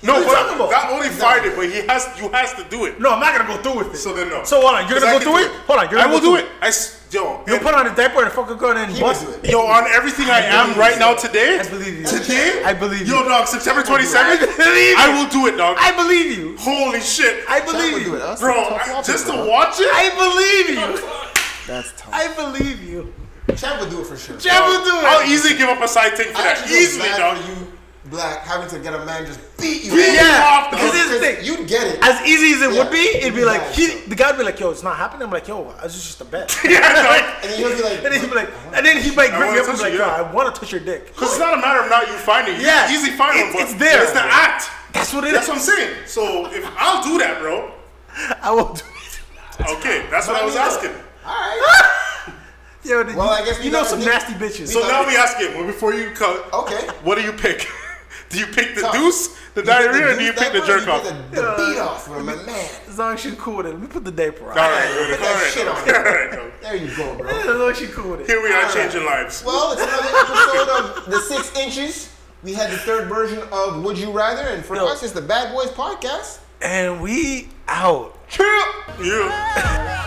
Speaker 2: no,
Speaker 3: what are you talking
Speaker 2: but
Speaker 3: about?
Speaker 2: not only find it, but he has. You has to do it.
Speaker 3: No, I'm not gonna go through with it.
Speaker 2: So then no.
Speaker 3: So hold on, you're
Speaker 2: 'Cause I
Speaker 3: gonna go
Speaker 2: can
Speaker 3: through it? Hold on, you're
Speaker 2: I
Speaker 3: gonna
Speaker 2: will do
Speaker 3: go through
Speaker 2: it. I s- yo.
Speaker 3: You put on a diaper and fuck a girl and
Speaker 1: He
Speaker 3: bust.
Speaker 1: would do it.
Speaker 2: Yo, on everything I am right now today,
Speaker 3: I believe you.
Speaker 2: today,
Speaker 3: I believe
Speaker 2: Yo,
Speaker 3: you.
Speaker 2: dog, September
Speaker 3: I believe
Speaker 2: 27th,
Speaker 3: you.
Speaker 2: I will do it, dog.
Speaker 3: I believe you.
Speaker 2: Holy shit,
Speaker 3: I
Speaker 1: That
Speaker 3: believe
Speaker 1: would do it.
Speaker 3: you.
Speaker 1: That's
Speaker 2: bro!
Speaker 1: tough
Speaker 2: I-
Speaker 1: logic,
Speaker 2: just to
Speaker 1: bro.
Speaker 2: watch it,
Speaker 3: I believe you.
Speaker 1: That's tough.
Speaker 3: I believe you.
Speaker 1: Chad would do it for sure.
Speaker 3: Chad would do
Speaker 2: I'll
Speaker 3: it.
Speaker 2: easily give up a side thing for
Speaker 1: I
Speaker 2: that.
Speaker 1: actually feel
Speaker 2: Easily,
Speaker 1: bad
Speaker 2: dog.
Speaker 1: for you black having to get a man just beat you.
Speaker 2: Beat
Speaker 1: up.
Speaker 2: you off,
Speaker 3: because
Speaker 2: dog.
Speaker 3: here's the thing.
Speaker 1: You'd get it.
Speaker 3: As easy as it
Speaker 1: Yeah,
Speaker 3: would be, it'd be
Speaker 1: you
Speaker 3: like
Speaker 1: guys,
Speaker 3: he,
Speaker 1: so.
Speaker 3: the guy'd be like, "Yo, it's not happening." I'm like, "Yo, this is just a bet."
Speaker 2: Yeah, dog.
Speaker 1: and then you'll be like,
Speaker 3: and then he'd be like, and then he might grip
Speaker 2: wanna
Speaker 3: you up and be
Speaker 2: touch
Speaker 3: like,
Speaker 2: you,
Speaker 3: "Yo,
Speaker 2: yeah."
Speaker 3: I want to touch your dick."
Speaker 2: Because it's not a matter of not you finding. it. You
Speaker 3: Yeah.
Speaker 2: can easily find one,
Speaker 3: It's-
Speaker 2: but
Speaker 3: it's there.
Speaker 2: It's the act.
Speaker 3: That's what it
Speaker 2: That's
Speaker 3: is.
Speaker 2: what I'm saying. So if I'll do that, bro.
Speaker 3: I will do it.
Speaker 2: Okay, that's what I was asking.
Speaker 1: all right.
Speaker 3: Yo, well, you,
Speaker 1: I guess we
Speaker 3: you know
Speaker 1: gotta
Speaker 3: some
Speaker 1: dig-
Speaker 3: nasty bitches.
Speaker 2: So now we ask him. Well, before you cut,
Speaker 1: Okay.
Speaker 2: what do you pick? do you pick the
Speaker 1: Tough.
Speaker 2: deuce, the diarrhea, or do you pick the jerk off?
Speaker 1: The, the beat off from a man.
Speaker 3: as long as she's cool with it, let me put the diaper on.
Speaker 2: All right, all
Speaker 1: Put
Speaker 2: right,
Speaker 1: that
Speaker 2: all right.
Speaker 1: shit on.
Speaker 2: All right, no.
Speaker 1: There you go, bro.
Speaker 3: As long as she's cool with it.
Speaker 2: Here we are
Speaker 1: All right.
Speaker 2: changing lives.
Speaker 1: Well, it's another episode of The Six Inches. We had the third version of Would You Rather, and for
Speaker 3: Yo.
Speaker 1: us, it's the Bad Boys Podcast.
Speaker 3: And we out.
Speaker 2: Yeah.
Speaker 4: Yeah.